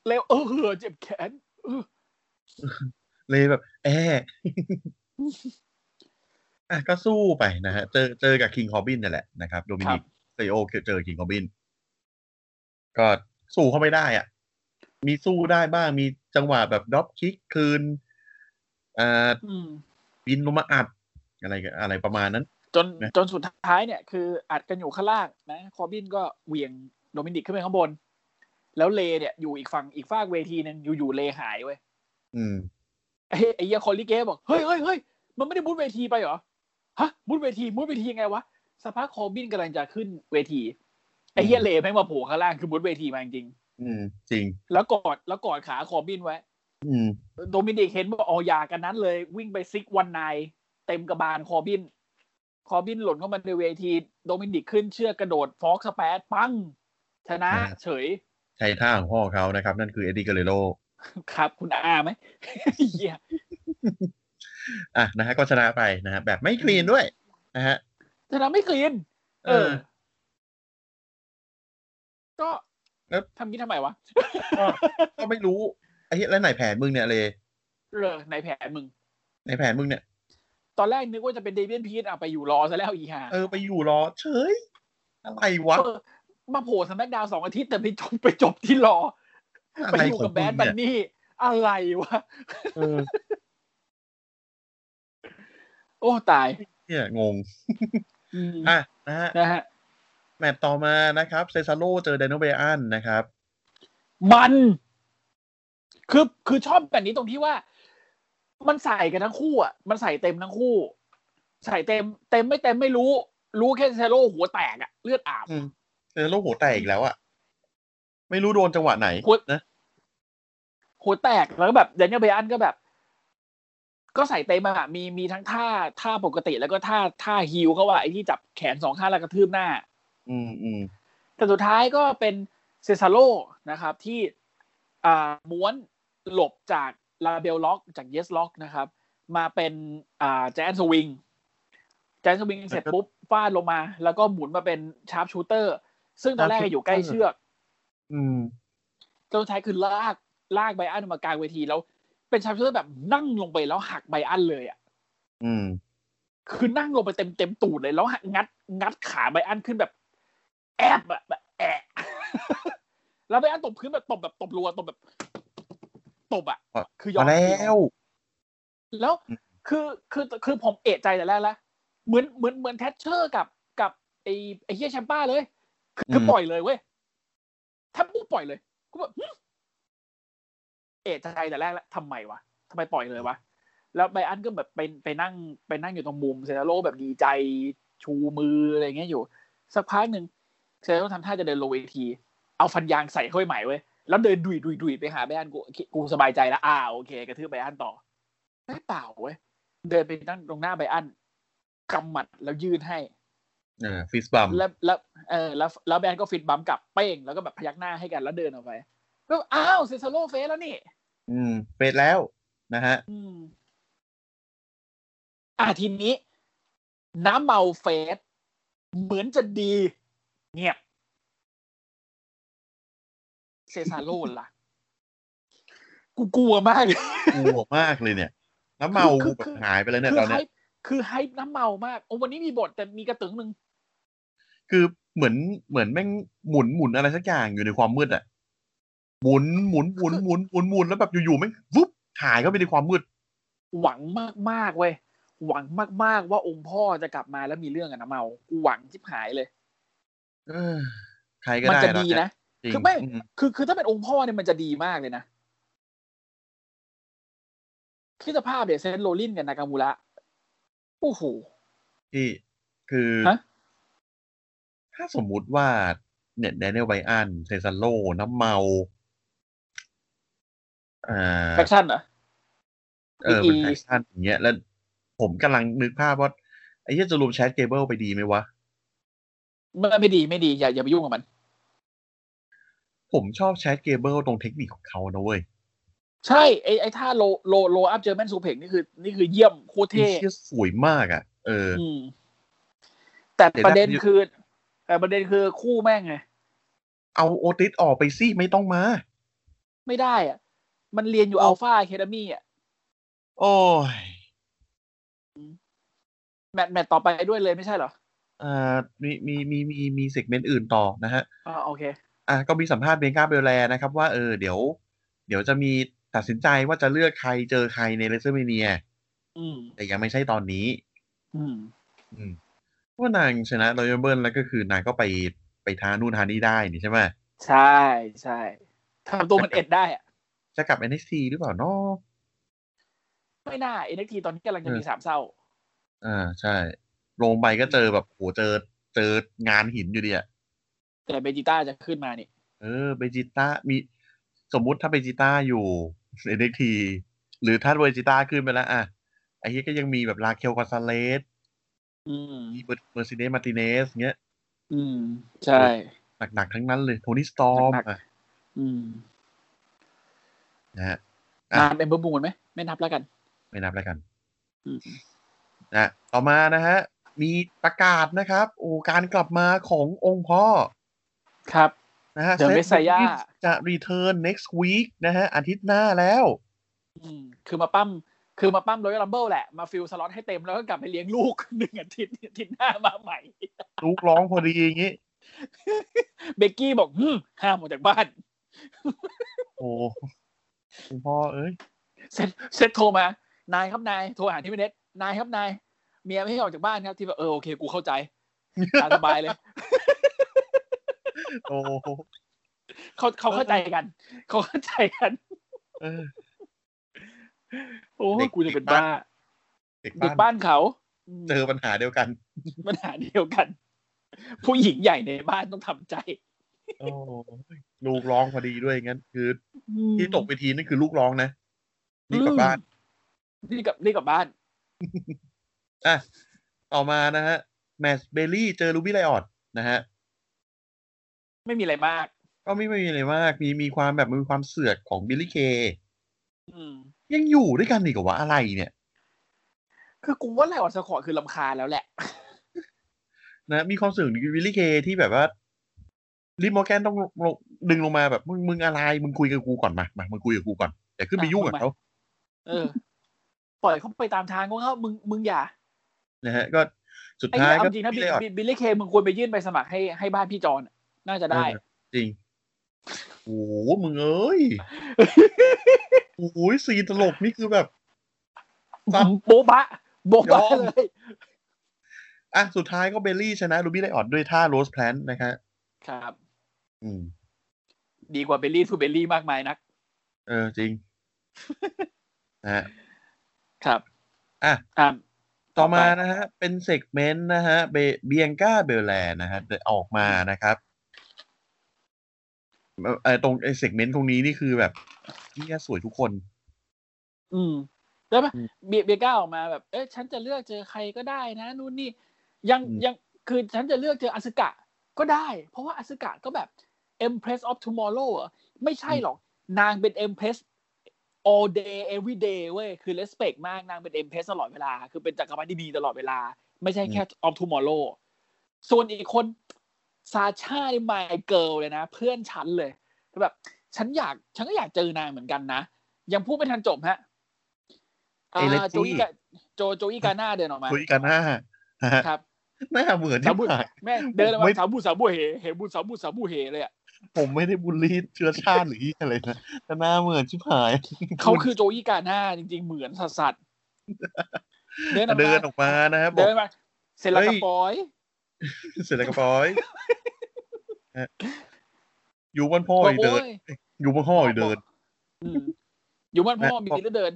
S3: เลวเออเหือเจ็บแขนเออ
S2: เลยแบบ แอะ อ่ะก็สู้ไปนะฮะ เจอเจอกับคิงคอบินนั่นแหละนะครับโดมินิกเซโอเจอคิงคอบิน ก็สู้เขาไม่ได้อ่ะ มีสู้ได้บ้าง มีจังหวะแบบด็อปคิกคืนอ่า
S3: อืม
S2: บินลงมาอัด อะไรกันอะไรประมาณนั้น
S3: จน
S2: นะ
S3: จนสุดท้ายเนี่ยคืออัดกันอยู่ข้างล่างนะ คอบินก็เหวี่ยงโดมินิกขึ้นไปข้างบน แล้วเลเนี่ยอยู่อีกฝั่งอีกฝากเวทีหนึงอยู่ๆเลหายเว้ย
S2: อืม
S3: ไอ้ไอ้เหี้ยคอลลิเกบอกเฮ้ยเฮ้ยเฮ้ยมันไม่ได้มุดเวทีไปเหรอฮะมุดเวทีมุดเวทียังไงวะสภาพกคอบินกำลังจะขึ้นเวทีไอ้เหี้ยเลแม่งมาโผล่ข้างล่างคือมุดเวทีมาจริง
S2: อืม จริง
S3: ๆแล้วกอดแล้วกอดขาคอบินไว้
S2: อืม
S3: โดมินิกเห็นบอกเอาอยากันนั้นเลย วิ่งไปซิกวันนายเต็มกระบาลคอบิน คอบินหล่นเข้ามาในเวที โดมินิกขึ้นเชือกกระโดดฟอกสแปดปัง ชนะ
S2: อ่า
S3: เฉย
S2: ใช้ท่าของพ่อเขานะครับ นั่นคือเอ็ดดี้เกเรโร
S3: ครับคุณอาไหม เหี้ย
S2: อ่ะนะฮะก็ชนะไปนะฮะแบบไม่คลีนด้วย นะฮะ
S3: ชนะไม่คลีนเออ ก็
S2: แล้ว
S3: ทำงี้ทำไมวะ
S2: ก็ก็ไม่รู้ไอ้เหี้ยแล้วไหนแผนมึงเนี่ยเลย
S3: เออในแผนมึง
S2: ในแผนมึงเนี่ย
S3: ตอนแรกนึกว่าจะเป็นเดเวียนพีทอ่ะไปอยู่รอซะแล้วอีห่า
S2: เออไปอยู่รอเฉย อะไรวะ
S3: เออมาโผล่สมักดาวสองอาทิตย์แต่ไปจบไปจบที่รอ
S2: อะ
S3: ไป
S2: ไร
S3: อยู่
S2: ของ
S3: กับแบ
S2: มึ
S3: ด
S2: ง
S3: บัน
S2: เนี่ย
S3: นี่อะไรวะ
S2: เออ
S3: โอ้ ตาย
S2: เนี่ยงง
S3: อืม
S2: อ่ะนะฮะ
S3: นะฮะ
S2: แมตตช์ต่อมานะครับเซซาโลเจอไดโนเบอันนะครับ
S3: มัน คือคือชอบแบบนี้ตรงที่ว่า มันใส่กันทั้งคู่อ่ะ มันใส่เต็มทั้งคู่ ใส่เต็ม เต็มไม่เต็มไม่รู้ รู้แค่เซโร่หัวแตกอ่ะ เลือดอาบ
S2: อืมเซซาโลหัวแตกอีกแล้วอะไม่รู้โดนจังหวะไหน
S3: หัว
S2: นะ
S3: หัวแตกแล้วก็แบบแดเนียลเบอันก็แบบ ก็ใส่เต็มอะมีมีทั้งท่าท่าปกติแล้วก็ท่าท่าฮิวเขาว่าไอ้ที่จับแขนสองข้างแล้วกระทืบหน้า
S2: อืมอืม
S3: แต่สุดท้ายก็เป็นเซซาโลนะครับที่อ่าม้วนหลบจากลาเบลล็อกจากเยสล็อกนะครับ มาเป็นอ่าแจนสวิงแจนสวิงเสร็จปุ๊บฟาดลงมา แล้วก็หมุนมาเป็นชาร์ปชูเตอร์ ซึ่งตอนแรกอยู่ใกล้เชือก
S2: อืม
S3: จนสุดท้ายคือลากลากไบอันมากลางเวทีแล้ว เป็นชาร์ปชูเตอร์แบบนั่งลงไปแล้วหักไบอันเลยอ่ะ
S2: อืม
S3: คือนั่งลงไปเต็มเต็มตูดเลยแล้วหักงัดงัดขาไบอันขึ้นแบบแอบอะแบบแอะ แล้วไบอันตบพื้นแบบตบแบบตบรัวตบแบบตบอ่ะ คือยอ
S2: มามแล้ว
S3: แล้ว
S2: อืม
S3: คือคือคือผมเอะใจแต่แรกแล้วเหมือนเหมือนเหมือนแทชเชอร์กับกับไอไอเฮียแชมป้าเลย คือคือปล่อยเลยเว้ยถ้าปุ๊บปล่อยเลยกูแบบหึเอะใจแต่แรกแล้วทำไมวะทำไมปล่อยเลยวะแล้วไบอันก็แบบไปไปนั่งไปนั่งอยู่ตรงมุมเซนาโลแบบดีใจชูมืออะไรเงี้ยอยู่ สักพักหนึ่งเซนาโลทำท่าจะเดินลงเวที เอาฟันยางใส่เข้าไปใหม่เว้ย แล้วเดินดุยดุยดุยไปหาไบอันกูกูสบายใจแล้วอ่าโอเคกระทืบไบอันต่อไม่เปล่าเว้ย เดินไปนั่งตรงหน้าไบอันกำหมัดแล้วยื่นให้
S2: เออฟิสบัม
S3: แล้วแล้วเออแล้วแล้วแบรนด์ก็ฟิตบัมป์กลับเป้งแล้วก็แบบพยักหน้าให้กันแล้วเดินออกไปแล้วอ้าวเซซาโลเฟสแล้วนี่
S2: อืมเฟดแล้วนะฮะ
S3: อืม อ่ะทีนี้น้ำเมาเฟสเหมือนจะดี เงียบ เซซาโรล่ะ กูกลัวมาก
S2: กลัวมากเลยเนี่ย น้ำเมา
S3: คือคือ
S2: แบบหายไปเลยเนี่ย
S3: คื
S2: ต
S3: อ
S2: อน
S3: ไฮ
S2: เนี้ย
S3: ป์คือไฮป์น้ำเมามาก โอ้วันนี้มีบทแต่มีกระตึงหนึ่ง
S2: คือเหมือนเหมือนแม่งหมุนหมุนอะไรสักอย่างอยู่ในความมืดอ่ะหมุนหมุนหมุนหมุนหมุนหมุนแล้วแบบอยู่ๆแม่งวุบหายเข้าไปในความมืด
S3: หวังมากๆเว้ย หวังมากๆว่าองค์พ่อจะกลับมาแล้วมีเรื่องกับน้ำเมา กูหวังชิบหายเลย
S2: เออใครก็
S3: มัน
S2: ได้
S3: จะ
S2: แล้ว
S3: ดี
S2: เนี่ย
S3: นะ
S2: จริง
S3: คือไม่
S2: อืม
S3: คือคือถ้าเป็นองค์พ่อเนี่ยมันจะดีมากเลยนะคิดสภาพเดี๋ยวเซนโรลลินกับนากามูระโอ้โห
S2: ที่คือ
S3: ฮะ
S2: ถ้าสมมุติว่า เนี่ยแดเนียลไบอันเซซันโล น้ำเมาอ่า
S3: แฟคชั่นเหรอ
S2: เออเป็น
S3: อี
S2: แฟชั่นอย่างเงี้ย แล้วผมกำลังนึกภาพว่า ไอ้เหี้ยจะรวมแชทเกเบิลไปดีไหมวะ
S3: ไม่ไม่ดีไม่ดีอย่าอย่าไปยุ่งกับมัน
S2: ผมชอบแชทเกเบิลตรงเทคนิคของเขานะเว้ย
S3: ใช่ไอไอท่าโลโลโลอัพเจอร์แมนซูเพกนี่คือนี่คือเยี่ยมโค
S2: ไอ้
S3: ตรเท่
S2: เชี่ยสวยมากอ่ะ เออ
S3: อืม แต่
S2: เดี๋ยวนะ
S3: ประเด็นคือแต่ประเด็นคือคู่แม่งไง
S2: เอาโอติสออกไปสิไม่ต้องมา
S3: ไม่ได้อ่ะ มันเรียนอยู่อัลฟาเคดมี่อ่ะ
S2: โอ้ย
S3: แมตช์แมตช์ต่อไปด้วยเลยไม่ใช่เหรอ
S2: อ่ามีมีมีมีมีเซกเมนต์อื่นต่อนะฮะ
S3: อ่าโอเค
S2: อ่ะก็มีสัมภาษณ์เบงกาเบลแลนะครับว่าเออเดี๋ยว เดี๋ยวจะมีตัดสินใจว่าจะเลือกใครเจอใครในเลเซอร์เมเนีย
S3: อืม
S2: แต่ยังไม่ใช่ตอนนี้
S3: อืม
S2: อืมเพราะว่านางชนะรอยัลเบิร์นแล้วก็คือนางก็ไปไปท้านู่นท้านี่ได้นี่ใช่ไหม
S3: ใช่ใช่ทำตัวเหมันเอ็ดได้อ่ะ
S2: จะกลับ NXT หรือเปล่าเนาะ
S3: ไม่น่าเอ็นทีตอนนี้กำลังจะมีสามเศร้า
S2: อ่าใช่ ลงไปก็เจอแบบโหเจอเจองานหินอยู่ดีอะ
S3: แต่เบจิต้าจะขึ้นมานี่
S2: เออเบจิต้ามีสมมุติถ้าเบจิต้าอยู่ NXT หรือถ้าเบจิต้าขึ้นไปแล้วอ่ะไอ้เหี้ยก็ยังมีแบบลาเคลกอนซาเลส
S3: อืม
S2: มีเมอร์เซเดสมาติเนสเงี้ย
S3: อืม ใช่
S2: หนักๆทั้งนั้นเลยโทนี่สตอม
S3: หนัก อืม
S2: นะฮะ อ่ะ
S3: นามเป็นเบอร์บูนไหมไม่นับแล้วกัน
S2: ไม่นับแล้วกัน
S3: อืม
S2: นะต่อมานะฮะ มีประกาศนะครับ โอ้การกลับมาขององค์พ่อ
S3: ครับ
S2: นะฮะ
S3: The
S2: Seth
S3: Messiah
S2: Rollins จะรีเทิร์น next week นะฮะ อาทิตย์หน้าแล้ว
S3: อืม คือมาปั้ม คือมาปั้มโรยัลลัมเบิลแหละ มาฟิลสล็อตให้เต็มแล้วก็กลับไปเลี้ยงลูก หนึ่งอาทิตย์อาทิตย์หน้ามาใหม่
S2: ลูกร้องพอดีอย่างงี้
S3: เบกกี้บอกหืมห้ามออกจากบ้าน
S2: โอ้องค์พ่อเอ้ย
S3: เซตเซตโทรมา นายครับนาย โทรหาที่เน็ตนายครับนาย เมียไม่ให้ออกจากบ้านครับ ที่แบบเออโอเค กูเข้าใจ ตามสบายเลย
S2: โอ้
S3: เขาเขาเข้าใจกัน เขาเข้าใจกัน
S2: เออ
S3: โอ้
S2: เด็
S3: ย
S2: ก
S3: กูจะเป็นบ้า
S2: เด็ก
S3: เด็ก
S2: บ้าน
S3: บ้าน เขา
S2: เจอปัญหาเดียวกัน
S3: ปัญหาเดียวกัน ผู้หญิงใหญ่ในบ้านต้องทำใจ
S2: โอ้ลูกร้องพอดีด้วยงั้น คือ
S3: อืม
S2: ที่ตกเวทีนั่นคือลูกร้องนะนี่กลับบ้าน
S3: นี่กลับนี่กลับบ้าน
S2: อ่ะ ต่อมานะฮะ แมสเบลลี่เจอรูบี้ไลออดนะฮะ
S3: ไม่มีอะไรมาก
S2: ก็ไม่ไม่มีอะไรมาก มีมีความแบบมีความเสือกของบิลลี่เค
S3: อืม
S2: ยังอยู่ด้วยกันอีกเหรอว่าอะไรเนี่ย
S3: คือกูว่าไลออนสคอร์คือลำคาญแล้วแหละ
S2: นะ มีความเสือกของบิลลี่เคที่แบบว่าลิมอร์แกนต้องลงลงดึงลงมาแบบมึงมึงอะไร มึงคุยกับกูก่อนมามามึงคุยกับกูก่อนอย่าขึ้นไป
S3: อ่ะ
S2: ยุ่งกับ
S3: มึงมา
S2: เขา
S3: เออ ปล่อยเขาไปตามทางของเขามึงมึงอย่า
S2: นะฮะ ก็สุด
S3: ไอ้
S2: ท้าย
S3: เหี้ยเอา
S2: ก็
S3: จริงนะ
S2: บิ
S3: บิ
S2: ลลี่ไลออด
S3: บิบิลลี่เคมึงควรไปยื่นใบสมัครให้ให้บ้านพี่จอนอะน่าจะได้
S2: เออจริงโอ้โหมึงเอ้ ยโอ้ยซีนตลกนี่คือแบบ ครับ
S3: โบบะโบบะเลย
S2: อ่ะสุดท้ายก็เบลลี่ชนะรูบี้ไลออดด้วยท่าโรสแพลนท์นะคะ
S3: ครับ
S2: อืม
S3: ดีกว่าเบลลี่ทูเบลลี่มากมายนัก
S2: เออจริ ง นะฮะ
S3: ครับ
S2: อ่ะ
S3: อ่า
S2: ต่อมา
S3: ต่อไป
S2: นะฮะ เป็นเซกเมนต์นะฮะเบเบียงก้าเบลแลนะฮะเดี๋ยวออกมานะครับเอ่อเออตรงไอเซกเมนต์ตรงนี้นี่คือแบบเนี่ยสวยทุกคน
S3: อืมได้ปะ
S2: อืม
S3: เบียเบียก้าออกมาแบบ เอ้ยฉันจะเลือกเจอใครก็ได้นะนู่นนี่ ยัง
S2: อืม
S3: ยังคือฉันจะเลือกเจออาสึกะก็ได้ เพราะว่าอาสึกะก็แบบ Empress of Tomorrow เหรอไม่ใช่หรอก นางเป็น Empress all day every day เว้ย คือ respect มากนางเป็น empress ตลอดเวลา คือเป็นจักรพรรดิที่ดีตลอดเวลา ไม่ใช่แค่ of tomorrow ส่วนอีกคนซาชาไมเกิลเลยนะ เพื่อนฉันเลยแบบ ฉันอยากฉันก็อยากเจอนางเหมือนกันนะ ยังพูดไม่ทันจบฮะอ่า
S2: Elegy
S3: โจอีกาโจโจอีกาหน้าเดินออกมา
S2: คุยกันหน้า
S3: ครับ
S2: หน้าเหมือน
S3: สา
S2: ที่
S3: วบุญ
S2: ผ่าน
S3: แม่เดินออก
S2: ไม่
S3: มาสาวบุญสาวบุญเหเหบุญสาวบุญสาวบุญเหเลยอ่ะ
S2: ผมไม่ได้บูลลี่เชื้อชาติหรืออะไรนะแต่หน้าเหมือนชิบหาย
S3: เขาคือโจอีกาหน้าจริง ๆ เหมือนสัสสัสๆเดินออก
S2: เดิ
S3: มาน
S2: ออกมานะครับบอ
S3: เดิ
S2: ก
S3: นมาเสร็จแล้ว
S2: เฮ้
S3: ก
S2: ย
S3: ระปอย
S2: เสร็จแล้วก็ป ล่อยฮะอยู่บนพ่ออีกเดิน อยู่บนพ่ออีกเดิน
S3: อืมอยู่บ้านพ่อ
S2: นะ
S3: มีกินแล้วเดิน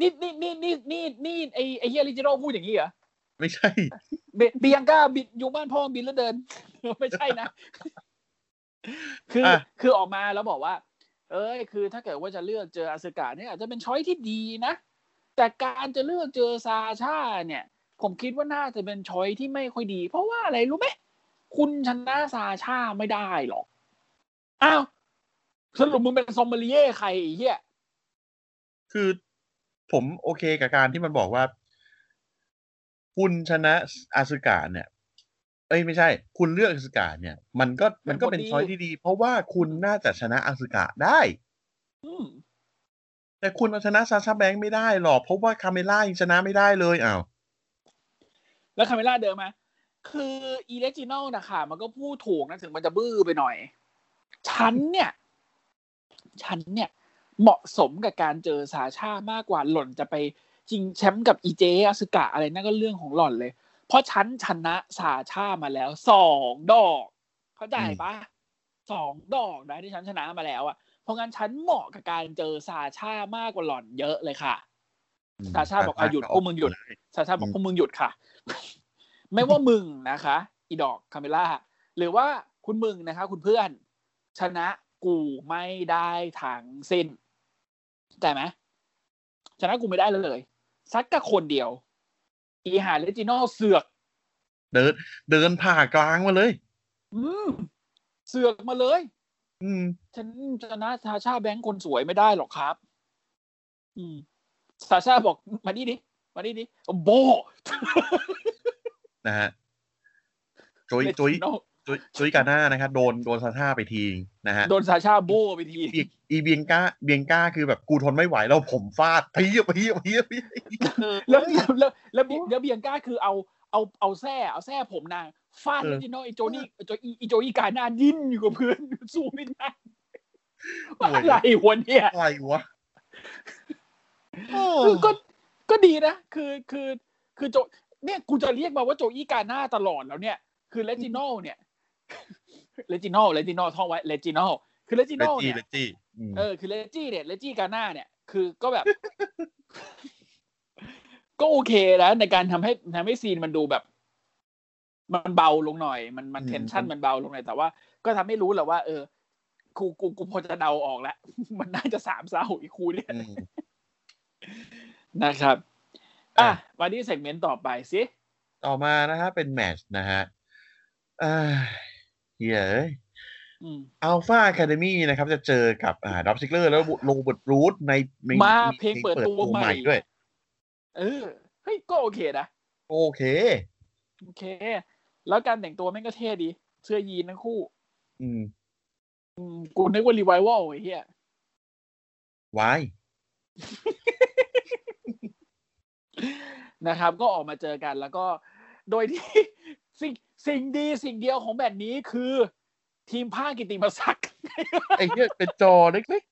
S3: นี่นี่นี่นี่นี่นี่ไอไอเฮียลิจิโร่พูดอย่างนี้เหรอ
S2: ไม่ใช่
S3: เบเบียงก้าบินอยู่บ้านพ่อบินแล้วเดิน ไม่ใช่นะ คืออะ คือออกมาแล้วบอกว่า เอ้ย คือถ้าเกิดว่าจะเลือกเจออาสึกะเนี่ยอาจจะเป็นช้อยที่ดีนะ แต่การจะเลือกเจอซาชาเนี่ย ผมคิดว่าน่าจะเป็นช้อยที่ไม่ค่อยดี เพราะว่าอะไรรู้ไหมคุณชนะซาชาไม่ได้หรอก อ้าวสรุปมึงเป็นซอมเบลีเย่ใครไอ้เหี้ย
S2: คือผมโอเคกับการที่มันบอกว่า คุณชนะอาสึกาเนี่ย เอ้ยไม่ใช่ คุณเลือกอาสึกาเนี่ย มันก็มันก็
S3: เป็
S2: เป็น น
S3: คนดี
S2: ช้อยที่ดี เพราะว่าคุณน่าจะชนะอาสึกาได้
S3: อืม
S2: แต่คุณเอาชนะซาชาแบงค์ไม่ได้หรอกเพราะว่าคาเมล่ายังชนะไม่ได้เลยอ้าว
S3: แล้วคาเมล่าเดินมา คืออีเลจินอลนะคะมันก็พูดถูกนะถึงมันจะบื้อไปหน่อย ฉันเนี่ย ฉันเนี่ย เหมาะสมกับการเจอสาชามากกว่าหล่อนจะไปชิงแชมป์กับอีเจอาสึกะอะไรนั่นก็เรื่องของหล่อนเลย เพราะฉันชนะสาชามาแล้วสองดอก เข้าใจปะสองดอกนะที่ฉันชนะมาแล้วอะเพราะงั้นฉันเหมาะกับการเจอสาชามากกว่าหล่อนเยอะเลยค่ะ ซาชาบอกอ่ะหยุดพวกมึงหยุด ซาชาบอกพวกมึงหยุดค่ะ ไม่ว่ามึงนะคะ อีดอกคาเมล่า หรือว่าคุณมึงนะคะ คุณเพื่อน ชนะกูไม่ได้ทั้งสิ้นเข้าใจไหมชนะกูไม่ได้เลย สักกะคนเดียว อีหาเลจินอลเสือก
S2: เดิน เดินผ่ากลางมาเลย
S3: อืมเสือกมาเลย
S2: อืม
S3: ฉันชนะซาชาแบงค์คนสวยไม่ได้หรอกครับ อืมซาชาบอกมานี่ดิมานี่ดิโบ
S2: นะฮะโจย
S3: Reginald
S2: โจยโจยโจยกาหน้านะครับโดนโดนซาท่าไปทีนะฮะ
S3: โดนซาชาโบไปที
S2: อีอีเบียงก้าเบียงก้าคือแบบกูทนไม่ไหวแล้วผมฟาด เพียบเพียบเพียบเพียบ
S3: แล้วแล้วแล้วเบียแล้วเบียงก้าคือเอาเอาเอาแส้เอาแส้ผมนางฟาดเลจิโนไอโจนี่ไอ้โจอีไอ้โจอีกาหน้าดิ้นอยู่กับพื้นสู้ไม่ได้อะไรหัวเนี่ย
S2: อะไรวะ
S3: คือก็ก็ดีนะ คือคือคือโจเนี่ยกูจะเรียกมาว่าโจอีกาหน้าตลอดแล้วเนี่ย คือเลจิโนเนี่ย เลจิโนเลจิโนท่องไว้เลจิโนคือเลจิ
S2: เล
S3: โน
S2: จจี้
S3: เนี่ย
S2: เลจจี้อืม
S3: เออคือเลจี้เนี่ยเลจี้กาหน้าเนี่ยคือก็แบบ ก็โอเคแล้วในการทำให้ทำให้ซีนมันดูแบบ มันเบาลงหน่อย มันมันเทนชันมันเบาลงหน่อยแต่ว่าก็ทำให้รู้แหละว่า เออกูกูกูพอจะเดา ออกแล้ว มันน่าจะสามเศร้าอีกคูเนี่ย
S2: อืม
S3: นะครับ อ่ะ
S2: อ่ะ
S3: วันนี้เซกเมนต์ต่อไปสิ
S2: ต่อมานะฮะเป็นแมตชนะฮะเอ้ยเหี้ยเอ้ย
S3: อืม
S2: อัลฟาแค d e มีนะครับจะเจอกับอ่าดับซิกเลอร์แล้วโรเบิร์ตรูทในใน
S3: มา
S2: ใน
S3: เพลงเปิดตัวใหม่
S2: ด้วย
S3: เออเฮ้ยก็โอเคนะ
S2: โอเค
S3: โอเค แล้วการแต่งตัวแม่งก็เท่ดีเสื้อยีนทั้งคู่
S2: อืม
S3: อืมกูนึกว่ารีไววัลไอ้เหี้ย
S2: วาย
S3: นะครับก็ออกมาเจอกันแล้วก็โดยที่ สิ่งสิ่งดีสิ่งเดียวของแบบนี้คือทีมภาคกิติมศักดิ์
S2: ไอ้เนี้ย เป็นจอเล็ก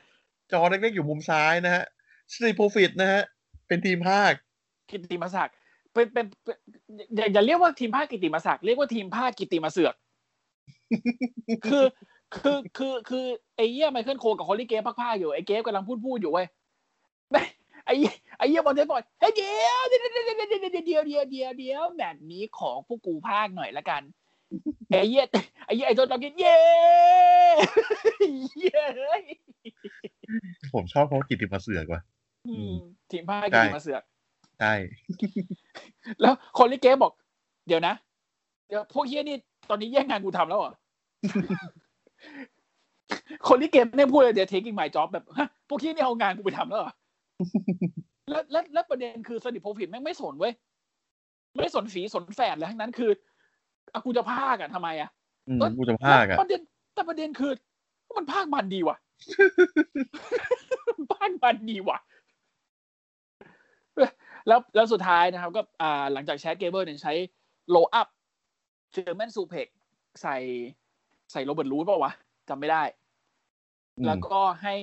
S2: ๆ จอเล็กๆ อยู่มุมซ้ายนะฮะสตรีโปรฟิตนะฮะ เป็นทีมภาค
S3: กิติมศักดิ์เป็นเป็นเป็นอย่าอย่าเรียกว่าทีมภาคกิติมศักดิ์เรียกว่าทีมภาคกิติมเสือก คือคือคือคือไอ้เหี้ยไมเคิลโคลกับคอลลี่เกฟภาคๆอยู่ไอ้เกฟกำลังพูดพูดอยู่เว้ย แม่งไอ้เหี้ยไอ้เหี้ยบอลเทนบอลเฮ้ยเดียวเดียวเดียวเดียวเดียวเดียวเดียวเดียวเดียวแบบนี้ของพวกกูภาคหน่อยละกัน ไอ้เหี้ยไอ้เหี้ยไอ้โจนดอกกินเย้ เหี้ยเฮ้ย
S2: ผมชอบเขากิตติมาเสือกว่ะ
S3: อืม
S2: ม
S3: ทีมภาคกิติมเสือก
S2: ใช่
S3: แล้วคนลิเกบอก เดี๋ยวนะ เดี๋ยวพวกเฮียนี่ตอนนี้แย่งงานกูทำแล้วเหรอ คนที่เกมเนี่ยพูดเลยเดี๋ยวเทคกิ้งไมจ็อบแบบฮะพวกที่นี่เอางานกูไปทำแล้วเหรอ แล้วแล้วแล้วประเด็นคือสนิทโพฟิตแม่งไม่สนเว้ย ไม่ได้สนสีสนแฝดเลยทั้งนั้นคืออะกูจะพากอ่ะทำไมอ่ะ
S2: อืม
S3: เอ้ย
S2: กูจะพากอ่ะ
S3: ประเด็นแต่ประเด็นคือมันภาคมันดี ว่ะ ภาคมันดีว่ะ แล้วแล้วสุดท้ายนะครับก็อ่าหลังจากแชทเกเบิลเนี่ยใช้โลอัพเจอร์แมนซูเพกใส่ใส่โรเบิร์ตรูทเปล่าวะจำไม่ได้
S2: อืม
S3: แล้วก็ให้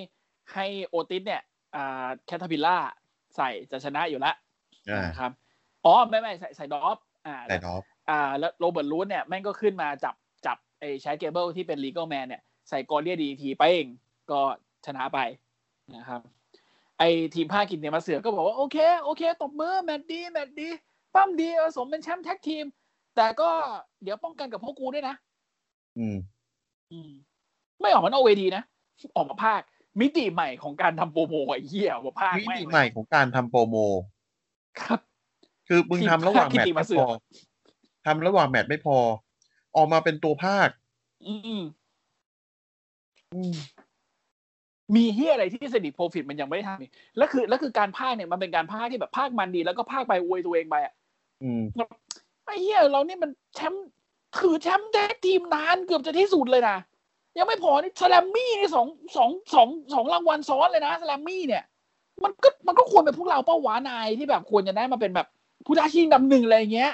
S3: ให้โอติสเนี่ยอ่าแคทาพิล่าใส่จะชนะอยู่แล้ว
S2: อ่า
S3: นะครับอ๋อไม่ไม่ใส่ใส่ดอฟอ่า
S2: แต่ท็อป
S3: อ่าแล้วโรเบิร์ตรูทเนี่ยแม่งก็ขึ้นมาจับจับไอ้แชทเกเบิลที่เป็นลีก a l แมนเนี่ยใส่กอเรียดีทีไปเองก็ชนะไปนะครับ ไอ้ทีมภาคกินเนี่ยมาเสือกก็บอกว่า โอเค โอเค ตบมือ แมตช์ดี แมตช์ดี ปั้มดีเออสมเป็นแชมป์แท็กทีม แต่ก็เดี๋ยวป้องกันกับพวกกูด้วยนะ
S2: อืม
S3: อืม ไม่ออกมานอกเวทีนะ ออกมาภาค มิติใหม่ของการทำโปรโมไอ้เหี้ยออกมาภาค
S2: วิ
S3: แง
S2: ธี
S3: เลย
S2: ใหม่ของการทำโปรโม
S3: ครับ
S2: คือมึงทำระห ว่างแม
S3: ที่
S2: ตช์
S3: ที่มา
S2: ไม่
S3: เสื
S2: พ
S3: อ
S2: อก ทำระหว่างแมตช์ไม่พอ ออกมาเป็นตัวภาค
S3: อืม
S2: อืม
S3: มีเฮียอะไรที่สนิทโปรฟิตมันยังไม่ได้ทำอีกแล้วคือแล้วคือการพากย์เนี่ยมันเป็นการพากย์ที่แบบพากย์มันดี แล้วก็พากย์ไปอวยตัวเองไปอ่ะ
S2: อืม
S3: ไอ้เฮียเรานี่มันแชมป์คือแชมป์แท็กทีมนานเกือบจะที่สุดเลยนะ ยังไม่พอนี่แสลมมี่นี่สองสองสองสองรางวัลซ้อนเลยนะแสลมมี่เนี่ย มันก็มันก็ควรเป็นพวกเราเป้าวานายที่แบบควรจะได้มาเป็นแบบผู้ท้าชิงอันดำหนึ่งอะไรอย่างเงี้ย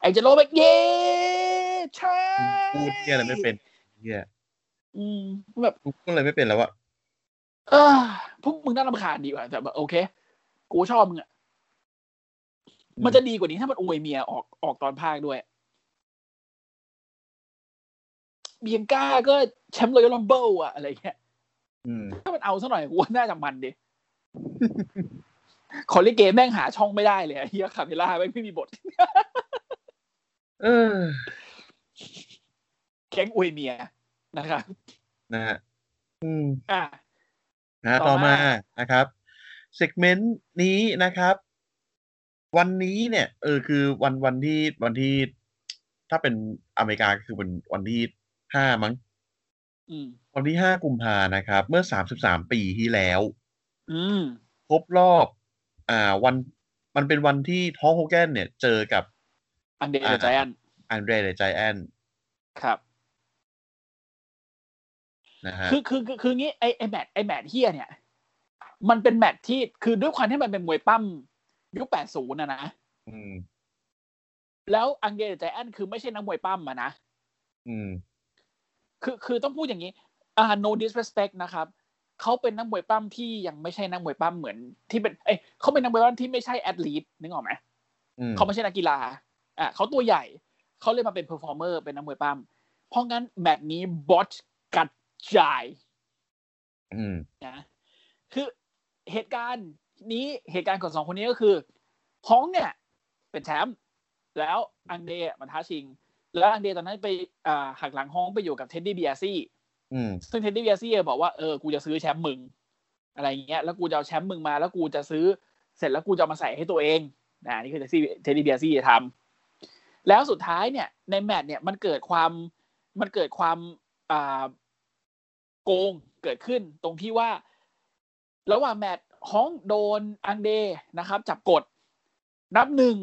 S3: ไอ้เจะโลแบบเย้ใช่
S2: พูดเที่ยอะไรไม่เป็นเที่ย
S3: อืมแบบ
S2: กูก็เลยไม่เป็นแล้วอะ
S3: เออพวกมึงน่ารำคาญดีกว่าแต่แบบโอเค กูชอบมึงอะมันจะดีกว่านี้ถ้ามันอวยเมียออกออกตอนภาคด้วยเบียงก้าก็แชมป์รอยัลลัมเบิลอะอะไรเงี้ย
S2: อืม
S3: ถ้ามันเอาซะหน่อยกูว่าน่าจะมันดิ คอลลิเกมแม่งหาช่องไม่ได้เลยอะเฮียคาเมล่าแม่งไม่มีบท
S2: เออ
S3: แก๊งอวยเมียนะครับ
S2: นะฮะ อืม
S3: อ่ะ
S2: นะฮะ
S3: ต่
S2: ต่
S3: อ
S2: อ
S3: มา
S2: มานะครับเซกเมนต์นี้นะครับ วันนี้เนี่ย เออ คือวันวันที่วันที่ ถ้าเป็นอเมริกาก็คือเป็นวันที่ห้ามั้ง
S3: อืม
S2: วันที่ห้ากุมภานะครับ เมื่อสามสิบสามปีที่แล้ว
S3: อืม
S2: ครบรอบ อ่า วันมันเป็นวันที่ท้องโฮแกนเนี่ย เจอกับ
S3: อันเดอร์ไจแอน
S2: อันเดรเดจแอน
S3: ครับ
S2: นะฮะ
S3: คือคือคือคืองี้ไอไอแมตช์ไอแมตช์เฮียเนี่ย มันเป็นแมตช์ที่คือด้วยความที่มันเป็นมวยปั้มยุคแปดศูนย์นะนะ
S2: อืม
S3: แล้วอังเกลใจแอนคือไม่ใช่นักมวยปั้มอะนะ
S2: อืม
S3: คือคือต้องพูดอย่างนี้อ่า no disrespect นะครับเขาเป็นนักมวยปั้มที่ยังไม่ใช่นักมวยปั้มเหมือนที่เป็นเอ้ยเขาเป็นนักมวยปั้มที่ไม่ใช่แอดลีทนึกออกไหม
S2: อืม
S3: เขาไม่ใช่นักกีฬา อ่ะเขาตัวใหญ่ เขาเลยมาเป็นเพอร์ฟอร์เมอร์เป็นนักมวยปั้ม เพราะงั้นแมตช์นี้บอทกัดจาย
S2: อืม
S3: นะคือเหตุการณ์นี้เหตุการณ์ของสองคนนี้ก็คือฮ้องเนี่ย เป็นแชมป์แล้วอังเดย์มาท้าชิง แล้วอังเดย์ตอนนั้นไปอ่าหักหลังฮ้องไปอยู่กับเท็ดดี้เบียซี่
S2: อืม
S3: ซึ่งเท็ดดี้เบียซี่บอกว่าเออกูจะซื้อแชมป์มึง อะไรอย่างเงี้ยแล้วกูจะเอาแชมป์มึงมา แล้วกูจะซื้อเสร็จแล้วกูจะเอามาใส่ให้ตัวเองนะอันนี่คือเท็ดดี้เท็ดดี้เบียซี่ทำแล้วสุดท้ายเนี่ย ในแมตช์เนี่ยมันเกิดความมันเกิดความอ่า โกงเกิดขึ้นตรงที่ว่า ระหว่างแมตช์ฮ้องโดนอังเดนะครับ จับกด นับหนึ่ง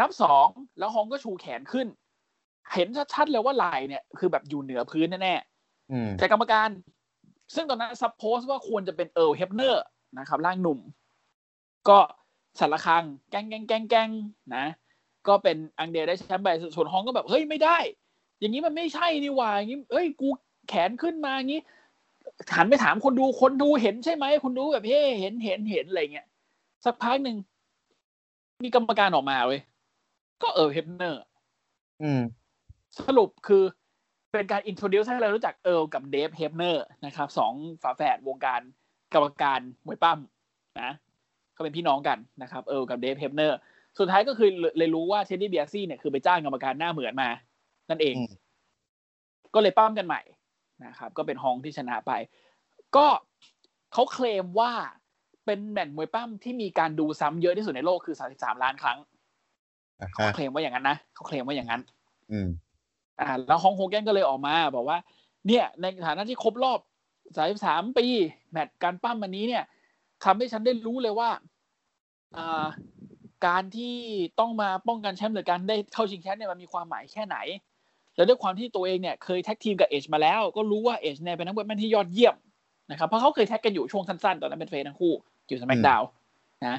S3: นับสอง แล้วฮ้องก็ชูแขนขึ้น เห็นชัดๆเลยว่าไหลายเนี่ย คือแบบอยู่เหนือพื้นแน่
S2: อืม
S3: ๆแต่กรรมการ ซึ่งตอนนั้นซับโพสว่าควรจะเป็นเอิร์ลเฮปเนอร์นะครับ ร่างหนุ่ม ก็สารคังแกล้งแกล้งแกล้งแกล้งนะ ก็เป็นอังเดได้แชมป์ไปส่วนฮ้องก็แบบ เฮ้ยไม่ได้ อย่างนี้มันไม่ใช่นี่หว่าอย่างนี้เอ้ยกูแขนขึ้นมาอย่างนี้หันไปถามคนดูคนดูเห็นใช่ไหมคนดูแบบเฮ้เห็นเห็นเห็นอะไรเงี้ยสักพักหนึ่งมีกรรมการออกมาเว้ยก็เออเฮปเนอร์
S2: อืม
S3: สรุปคือเป็นการอินโทรดิวให้เรารู้จักเอิร์ลกับเดฟเฮปเนอร์นะครับสองฝาแฝดวงการกรรมการมวยปั้มนะเขาเป็นพี่น้องกันนะครับเอิร์ลกับเดฟเฮปเนอร์สุดท้ายก็คือเลยรู้ว่าเทนดี้เบียซี่เนี่ยคือไปจ้างกรรมการหน้าเหมือนมา นั่นเอง
S2: อืม
S3: ก็เลยปั้มกันใหม่นะครับ ก็เป็นฮองที่ชนะไป ก็เขาเคลมว่าเป็นแมตช์มวยปั้มที่มีการดูซ้ำเยอะที่สุดในโลกคือ 33 ล้านครั้ง
S2: อ่ะ
S3: เขา
S2: ฮะ
S3: เคลมว่าอย่างนั้นนะเขาเคลมว่าอย่างนั้น
S2: อืม
S3: อ่าแล้วฮองโฮแกนก็เลยออกมา บอกว่า เนี่ยในฐานะที่ครบรอบ สามสามปี แมตช์การปั้มวันนี้เนี่ยทำให้ฉันได้รู้เลยว่าอ่าการที่ต้องมาป้องกันแชมป์หรือการได้เข้าชิงแชมป์เนี่ยมันมีความหมายแค่ไหน แล้วด้วยความที่ตัวเองเนี่ยเคยแท็กทีมกับเอชมาแล้ว ก็รู้ว่าเอชเนี่ยเป็นนักเวทแมนที่ยอดเยี่ยมนะครับเพราะเขาเคยแท็กกันอยู่ช่วงสั้นๆ ตอนนั้นเป็นเฟซทั้งคู่ อยู่สมักดาวนะ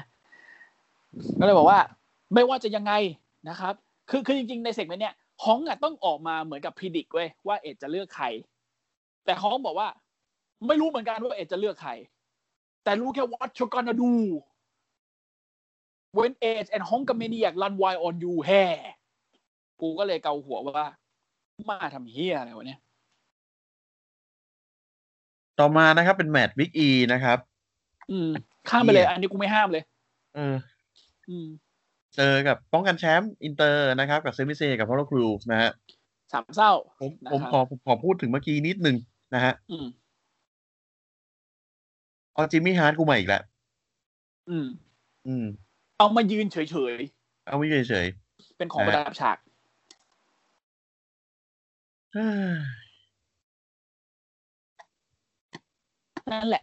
S3: ก็เลยบอกว่า ไม่ว่าจะยังไงนะครับ คือคือจริงๆในเซกเมนต์เนี่ยฮองอะต้องออกมาเหมือนกับพิดิกเว้ยว่าเอชจะเลือกใคร แต่ฮองบอกว่า ไม่รู้เหมือนกันว่าเอชจะเลือกใคร แต่รู้แค่ what you gonna do when age and h o n g a m a n i a c run wild on you แฮ่กูก็เลยเกาหัวว่า มาทำเฮียอะไรวะเนี่ย
S2: ต่อมานะครับ เป็นแมตช์บิ๊กอีนะครับ
S3: อืม ข้ามไปเลย อันนี้กูไม่ห้ามเลย
S2: เออ
S3: อืม
S2: เจอกับป้องกันแชมป์อินเตอร์นะครับ กับเซมิเซกับพอลครูสนะฮะ
S3: สามเศร้า
S2: ผม
S3: นะครั
S2: ผม
S3: บ
S2: ขอผมขอพูดถึงเมื่อกี้นิดหนึ่งนะฮะ
S3: อืม
S2: เอาจิมมี่ฮาร์ดกูมาอีกแล้ว
S3: อืม
S2: อืม
S3: เอามายืนเฉย
S2: เอาไว้เฉย
S3: ๆ เป็นของประดับฉาก
S2: ๆเฮ้ ย
S3: นั่นแหละ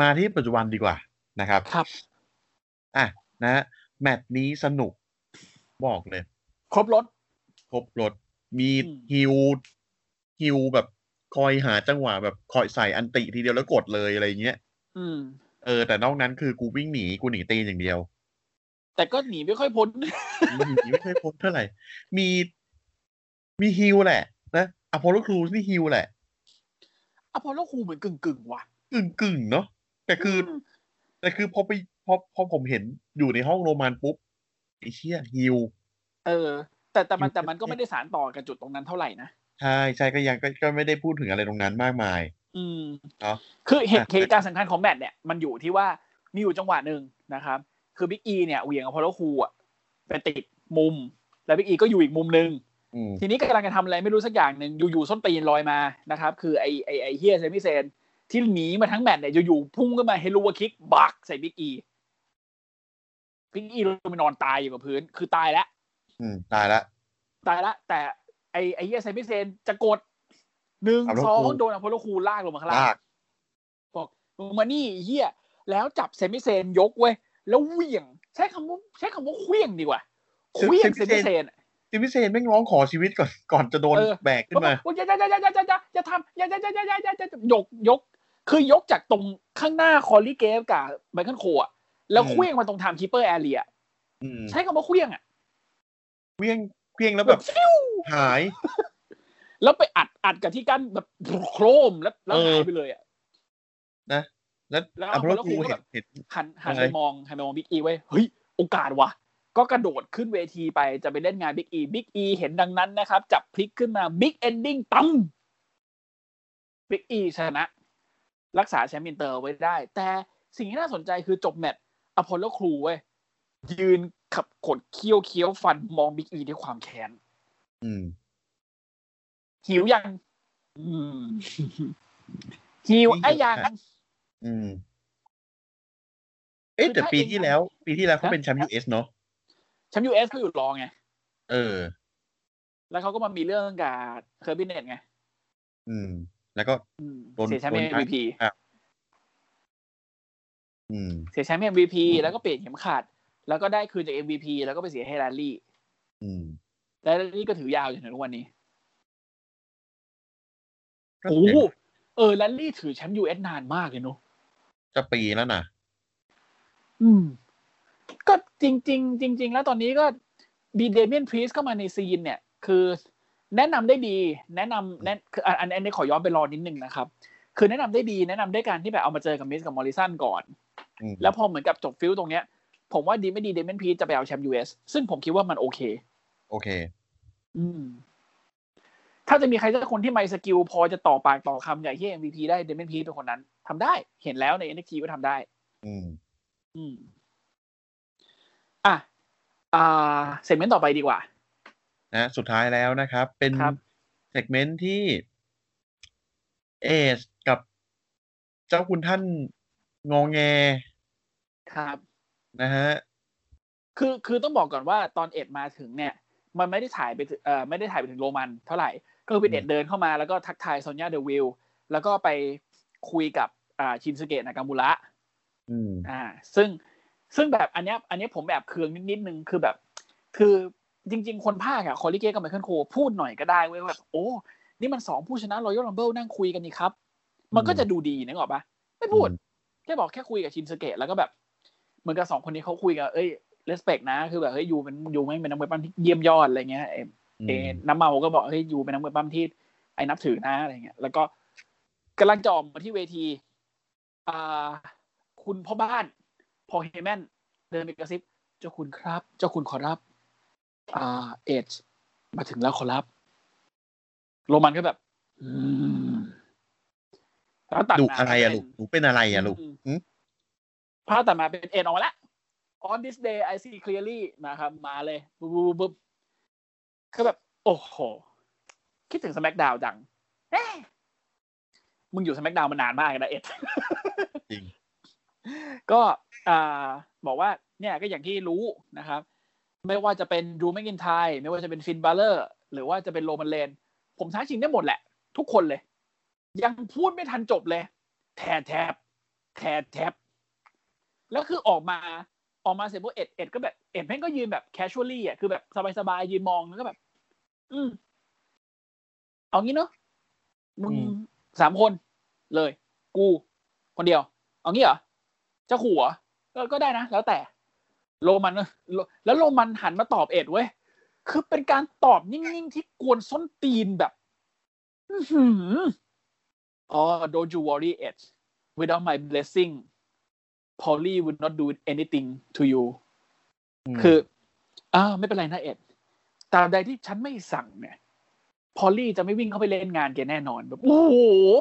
S2: มาที่ปัจจุบันดีกว่านะครับ
S3: ครับ
S2: อ่ะนะฮะแมตช์นี้สนุกบอกเลย
S3: ครบรถ
S2: ครบรถมี
S3: อืม
S2: ฮิวฮิวแบบคอยหาจังหวะแบบคอยใส่อันติทีเดียวแล้วกดเลยอะไรเงี้ย
S3: อืม
S2: เออแต่นอกนั้นคือกูวิ่งหนีกูหนีตีนอย่างเดียว
S3: แต่ก็หนีไม่ค่อยพ้น
S2: หนีไม่ค่อยพ้นเท่าไหร่ มีมีฮิวแหละนะอพอลโลครูสนี่ฮิวแหละ
S3: อพอลโลครูเหมือนกึ่งกึ่งๆว่ะ
S2: กึ่งกึ่งๆเนาะแต่คืออ
S3: ม
S2: แต่คือพอไปพอพอผมเห็นอยู่ในห้องโรมันปุ๊บไอ้เชี่ยฮิว
S3: เออ แต่แต่มันแต่มันก็ไม่ได้สารต่อกับจุดตรงนั้นเท่าไหร่นะ
S2: ใช่ใช่ก็ยังก็ก็ไม่ได้พูดถึงอะไรตรงนั้นมากมาย
S3: อืม
S2: เนาะ
S3: คือเหตุ
S2: อ่ะ
S3: เหตุการณ์สำคัญของแมตช์เนี่ยมันอยู่ที่ว่ามีอยู่จังหวะหนึ่งนะครับ คือบิ๊กอีเนี่ยเหวี่ยงกับพอลโลคูอ่ะไปติดมุม แล้วบิ๊กอีก็อยู่อีกมุมหนึ่ง
S2: อืม
S3: ทีนี้กำลังจะทำอะไรไม่รู้สักอย่างหนึ่งอยู่ๆส้นตีนลอยมานะครับ คือไอไอไอเฮียเซมิเซนที่หนีมาทั้งแมตช์เนี่ยอยู่ๆพุ่งขึ้นมาเฮลูวาคิกบักใส่บิ๊กอีบิ๊กอีลงไปนอนตายอยู่กับพื้น คือตายแล้ว
S2: อืมตายละ
S3: ตายละ แต่ไอไอเฮียเซมิเซนจะกดหนึ่ง
S2: อัพโล
S3: สอง
S2: คู
S3: โดนอพอลโลคูลากลงมาข้าง
S2: ลา
S3: ล่าง
S2: ก
S3: บอกมึงมานี่ไอ้เฮียแล้วจับเซมิเซนยกเว้ย แล้วเหวี่ยง ใช้คำว่าใช้คำว่าเควี่ยงดีกว่าเควี่ยงเซ
S2: เซมิ
S3: มิ
S2: เซน
S3: เซนอะ
S2: จิมมิเซนไม่งร้องขอชีวิตก่อนก่อนจะโดน
S3: เออ
S2: แบกขึ้นมา
S3: บอกว่าอย่าอย่าอย่าอย่าอย่าอย่าอย่าทำอย่าอย่าอย่าอย่าอย่าอย่าอย่ายกยก คือยกจากตรงข้างหน้าคอลลี่เกฟกับไมเคิลโคอะแล้ว
S2: อืม
S3: เควี่ยงมาตรงไทม์คีเปอร์แอเรีย
S2: อืม
S3: ใช้คำว่าเควี่ยงอ่ะ
S2: เพี้ยงเพี้ยงแล้วแบบ
S3: ฟิว
S2: หาย
S3: แล้วไปอัดอัดกับที่กั้นแบบโครมแล้วแล้ว
S2: เออ
S3: หายไปเลยอ่ะ
S2: แล้ว
S3: แล้ว
S2: อัพโหล
S3: แล้ว
S2: กู
S3: กูก็
S2: เห็
S3: แบ
S2: น
S3: บ
S2: เห็น
S3: หันหัน
S2: อะไร
S3: ไปมองหันไปมองบิ๊กอีไว้เฮ้ย โอกาสว่ะ ก็กระโดดขึ้นเวทีไปจะไปเล่นงานบิ๊กอีบิ๊กอีเห็นดังนั้นนะครับ จับพลิกขึ้นมาบิ๊กเอนดิ้งตั้มบิ๊กอีชนะ รักษาแชมป์อินเตอร์ไว้ได้ แต่สิ่งที่น่าสนใจคือจบแมตช์อพอลโลครูเว้ย ยืนขับขดเคี้ยวเคี้ยวฟันมองบิ๊กอีด้วยความแค้น
S2: อืม
S3: หิวยัง อืม หิวไอ้ยัง
S2: อืม เอ๊ะ
S3: คือ
S2: แต่
S3: ถ้า
S2: ปี
S3: เอง
S2: ที่แล้ว ปีที่แล้วเขา
S3: ฮะ
S2: เป็นแชมป์ยูเอสเนาะ
S3: แชมป์ยูเอสเขาอยู่รอไง
S2: เออ
S3: แล้วเขาก็มามีเรื่องกับเคอร์บิเนตไง
S2: อืม แล้วก็
S3: อืม
S2: โดน
S3: เสียแชมป์
S2: โดน
S3: MVP
S2: อ่ะ อืม
S3: เสียแชมป์ MVP แล้วก็เปลี่ยนเข็มขัด แล้วก็ได้คืนจาก MVP แล้วก็ไปเสียให้แรลลี่
S2: อืม
S3: แรลลี่ก็ถือยาวจนถึงทุกวันนี้
S2: ก็
S3: โอ้โหเออแรลลี่ถือแชมป์ US นานมากเลยเนอะ
S2: จะปีแล้วนะ
S3: อืม ก็จริงจริงๆจริง ๆ แล้วตอนนี้ก็บีเดเมียนพรีสเข้ามาในซีนเนี่ย คือแนะนำได้ดี แนะนำแนะคืออันอันอันนี้ขอย้อนไปรอนิดนึงนะครับ คือแนะนำได้ดีแนะนำด้วยการที่แบบเอามาเจอกับมิสกับมอริสันก่อน
S2: อืม
S3: แล้วพอเหมือนกับจบฟิลตรงเนี้ย ผมว่าดีไม่ดีเดเมียนพรีสจะไปเอาแชมป์ US ซึ่งผมคิดว่ามันโอเค
S2: โอเค
S3: อืม ถ้าจะมีใครสักคนที่ไม่สกิลพอจะต่อปากต่อคำกับที่ MVP ได้เดม n นพีเป็นคนนั้นทำได้ เห็นแล้วใน NXT ก็ทำได้
S2: อืม
S3: อืม อ่ะ อ่าเซกเมนต์ต่อไปดีกว่า
S2: นะสุดท้ายแล้วนะครับ เป็น
S3: ครับ
S2: เซกเมนต์ที่เอสกับเจ้าคุณท่านงองแง
S3: ครับ
S2: นะฮะ
S3: คือคือต้องบอกก่อนว่าตอนเอ็ดมาถึงเนี่ย มันไม่ได้ถ่ายไปถึงเอ่อไม่ได้ถ่ายไปถึงโรมันเท่าไหร่ ก็คือเป็นเอ็ดเดินเข้ามาแล้วก็ทักทายโซนยาเดวิลแล้วก็ไป คุยกับอ่าชินสเกะนากามุระ
S2: อืม
S3: อ่าซึ่งซึ่งแบบอันเนี้ยอันเนี้ยผมแบบเคืองนิดนิดนึงคือแบบ คือจริง ๆ คนภาคอะคอลิเกะกับไมเคิลโคพูดหน่อยก็ได้เว้ยว่าแบบ โอ้ นี่มันสองผู้ชนะรอยัลลัมเบิลนั่งคุยกันนี่ครับ มันก็จะดูดีนึกออกปะไม่พูด
S2: อืม
S3: แค่บอกแค่คุยกับชินสเกะแล้วก็แบบ เหมือนกับสองคนนี้เขาคุยกันเอ้ยเลสเปกนะ คือแบบเฮ้ยยูเป็นยูไม่งเป็นนักมวยปั้มที่เยี่ยมยอดอะไรเงี้ยเอ เออน้ำเมาก็บอกเฮ้ยยูเป็นนักมวยปั้มที่ไอ้นับถือนะอะไรเงี้ย แล้วก็กำลังจะออกมาที่เวที อ่า คุณพ่อบ้านพอเฮแมนเดินไปกระซิบ เจ้าคุณครับ เจ้าคุณขอรับ อ่า เอจมาถึงแล้วขอรับ โรมันก็แบบ อืมแล้วตัด
S2: ลูก
S3: มา
S2: อะไรอะ
S3: เป็น
S2: ลูกหนูเป็นอะไรอะลูก อืม
S3: ภาพต่อมาเป็นเอ็นออกมาแล้ว On this day I see clearly นะครับ มาเลยบุ๊บบุ๊บบุ๊บก็แบบ โอ้โห คิดถึงส c k กดาวจังแหม่มึงอยู่ส c k กดาวมานานมากนะเอ็ด
S2: จริง
S3: ก็อ่าบอกว่า เนี่ยก็อย่างที่รู้นะครับ ไม่ว่าจะเป็นดูแมกินไทไม่ว่าจะเป็นฟินบ b ลเลอร์หรือว่าจะเป็นโรมันเลน ผมท้าชิงได้หมดแหละ ทุกคนเลย ยังพูดไม่ทันจบเลย แทบแทบแทบแทบ แล้วคือออกมาออกมาเสร็จปุ๊บเอ็ดเอ็ดก็แบบเอ็ดแม่งก็ยืนแบบ casually อ่ะคือแบบสบายๆยืนมองแล้วก็แบบ อืมเอางี้เนอะมึง
S2: อืม
S3: สามคนเลย กู คนเดียว เอางี้เหรอจะขู่เหรอเออก็ได้นะ แล้วแต่ โรมันเนอะโรแล้วโรมันหันมาตอบเอ็ดเว้ย คือเป็นการตอบนิ่ง ๆ ที่กวนส้นตีนแบบ อื้อหืออ๋อ don't you worry Edge without my blessing Polly would not do anything to you
S2: ม
S3: คืออ่าไม่เป็นไรนะเอ็ดตราบใดที่ฉันไม่สั่งเนี่ย พอลลี่จะไม่วิ่งเข้าไปเล่นงานแกแน่นอนแบบ โอ้โห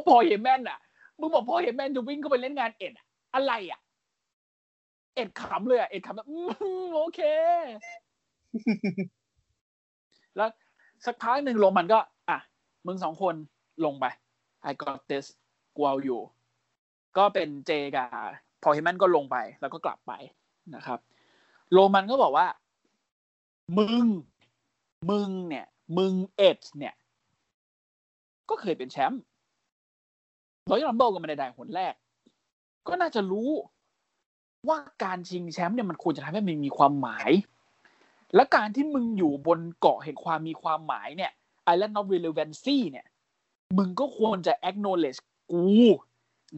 S3: พอเฮแมนอ่ะ มึงบอกพอเฮแมนจะวิ่งเข้าไปเล่นงานเอ็ดอะอะไรอ่ะ เอ็ดขำเลยอ่ะ เอ็ดขำแบบอืมโอเค แล้วสักพักหนึ่งลงมันก็ อ่ะ มึงสองคนลงไป I got this กูเอาอยู่ ก็เป็นเจกับพอเฮแมนก็ลงไป แล้วก็กลับไปนะครับ โรมันก็บอกว่า มึง มึงเนี่ย มึงเอ็ดเนี่ย ก็เคยเป็นแชมป์รอยลัมเบิลก็ไม่ได้ได้หนแรก ก็น่าจะรู้ว่าการชิงแชมป์เนี่ยมันควรจะทำให้มันมีความหมาย และการที่มึงอยู่บนเกาะแห่งความมีความหมายเนี่ย Island of Relevancy เนี่ย มึงก็ควรจะ acknowledge กู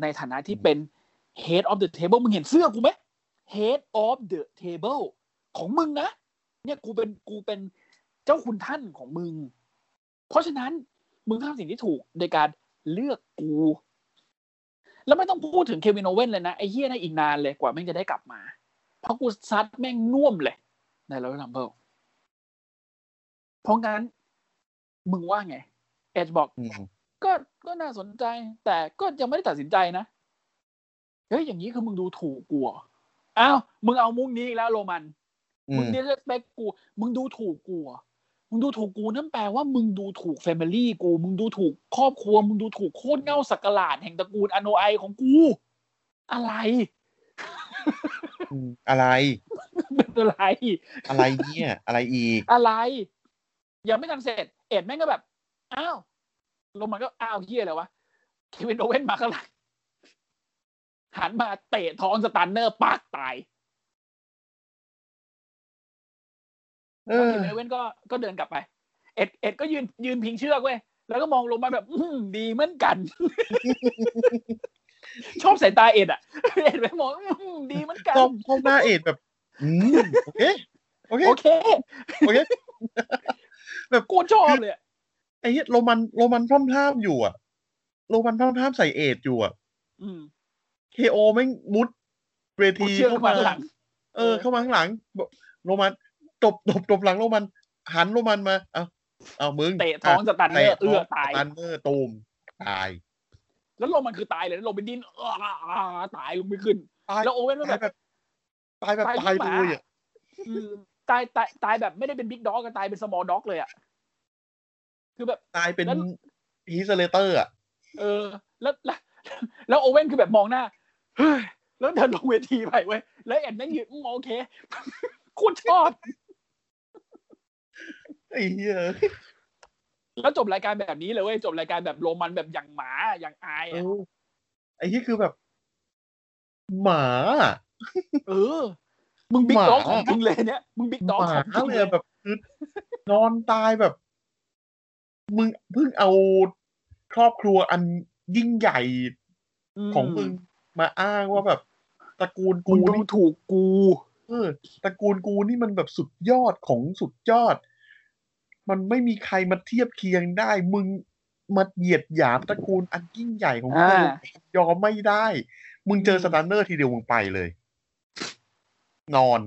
S3: ในฐานะที่เป็น head of the table มึงเห็นเสื้อกูไหม head of the table ของมึงนะ เนี่ยกูเป็นกูเป็นเจ้าคุณท่านของมึง เพราะฉะนั้นมึงทำสิ่งที่ถูกโดยการเลือกกู แล้วไม่ต้องพูดถึงเควินโอเว่นเลยนะ ไอ้เฮียนะอีกนานเลยกว่าแม่งจะได้กลับมา เพราะกูซัดแม่งน่วมเลย ในรอยลัมเบิลเพราะงั้น มึงว่าไง เอ็ดบอก
S2: อืม
S3: ก็ก็น่าสนใจ แต่ก็ยังไม่ได้ตัดสินใจนะ เฮ้ย อย่างนี้คือมึงดูถูกกูเหรออ้าว มึงเอามุกนี้อีกแล้วโรมัน
S2: อื
S3: มึง
S2: ม
S3: เดสเปกกู มึงดูถูกกูเหรอมึงดูถูกกูนั่นแปลว่ามึงดูถูกแฟมิลี่กู มึงดูถูกครอบครัว มึงดูถูกโคตรเง่าสักหลาดแห่งตระกูลอโนไอของกู อะไร
S2: อะไร
S3: เป็นอะไร
S2: อะไรเนี่ย อะไรอีก
S3: อะไร ยังไม่ทันเสร็จ เอ็ดแม่งก็แบบ อ้าวโรมันก็อ้าวเฮียอะไรวะเควินโอเว่นมาข้างหลังหันมาเตะท้องสตันเนอร์ปากตาย
S2: เออ
S3: แล้วเควินโอเว่นก็ก็เดินกลับไป เอ็ดเอ็ดก็ยืนยืนพิงเชือกเว้ย แล้วก็มองลงมาแบบ อืมดีเหมือน กัน ชอบสายตาเอ็ดอ่ะ เอ็ดไปมองอืมดีเหมือนกัน
S2: ต้องต้องหน้าเอ็ดแบบ อืมโอเค โอเค
S3: โอเค
S2: โอเค แบบ
S3: กูชอบเลยอะ
S2: ไอ้เหี้ยโรมันโรมันพร่ำพร่ามอยู่อะโรมันพร่ำพร่ามใส่เอ็ดอยู่อะ
S3: อืม
S2: เคโอไม่งมุดเว
S3: กู
S2: ที
S3: เชือกมาข้างหลัง
S2: เออ เข้ามาข้างหลังบอกโรมันตบตบตบหลังโรมัน หันโรมันมา เอาเอามึง
S3: เตะท้องสตันเนอร์เอื้อตาย
S2: ตันเนอร์ตูมตาย
S3: แล้วลมมันคือตายเลยแล้วลมเป็นดินอ้าตายลงไม่ขึ้น
S2: ตาย
S3: แล้วโอเว่นก็
S2: ตาย
S3: แบ
S2: แบบ บ ตายแบบ
S3: ตาย
S2: ตาย
S3: ห
S2: เลย
S3: มา
S2: อะ
S3: อืมตายตายตายแบบไม่ได้เป็นบิ๊กด็อกก็ตายเป็นสมอลด็อกเลยอ่ะคือแบบ
S2: ตายเป็น
S3: แล้ว
S2: ฮีสเลเตอร์อะ
S3: เออ แล้วแล้ว แล้วโอเว่นคือแบบมองหน้าเฮ้ยแล้วเดินลงเวทีไปเว้ยแล้วแอนแม่งยืนอืมโอเค คุณชอบ
S2: ไอ้เหี้ย
S3: แล้วจบรายการแบบนี้เลยเว้ยจบรายการแบบโรมันแบบอย่างหมาอย่างอาย
S2: เอ
S3: อะ
S2: อ ไอ้ที่คือแบบ หมา
S3: เออ มึงบิ๊ก
S2: หมา
S3: ด็อกของจริงเลยเนี่ยมึงบิ๊ก
S2: ห
S3: ด็อก
S2: มา
S3: ของจริง
S2: เล
S3: เลย ย
S2: แบบคื อนอนตายแบบ มึงเพิ่งเอาครอบครัวอันยิ่งใหญ่ของมึงมาอ้างว่าแบบตระกูล
S3: กู
S2: กู
S3: ดู
S2: นี่
S3: ถูกกู
S2: เออตระกูลกูนี่มันแบบสุดยอดของสุดยอด มันไม่มีใครมาเทียบเคียงได้ มึงมาเหยียดหยามตระกูลอันยิ่งใหญ่ของกู
S3: อ่า
S2: ยอมไม่ได้ มึงเจอสแตนเนอร์ทีเดียวมึงไปเลย นอน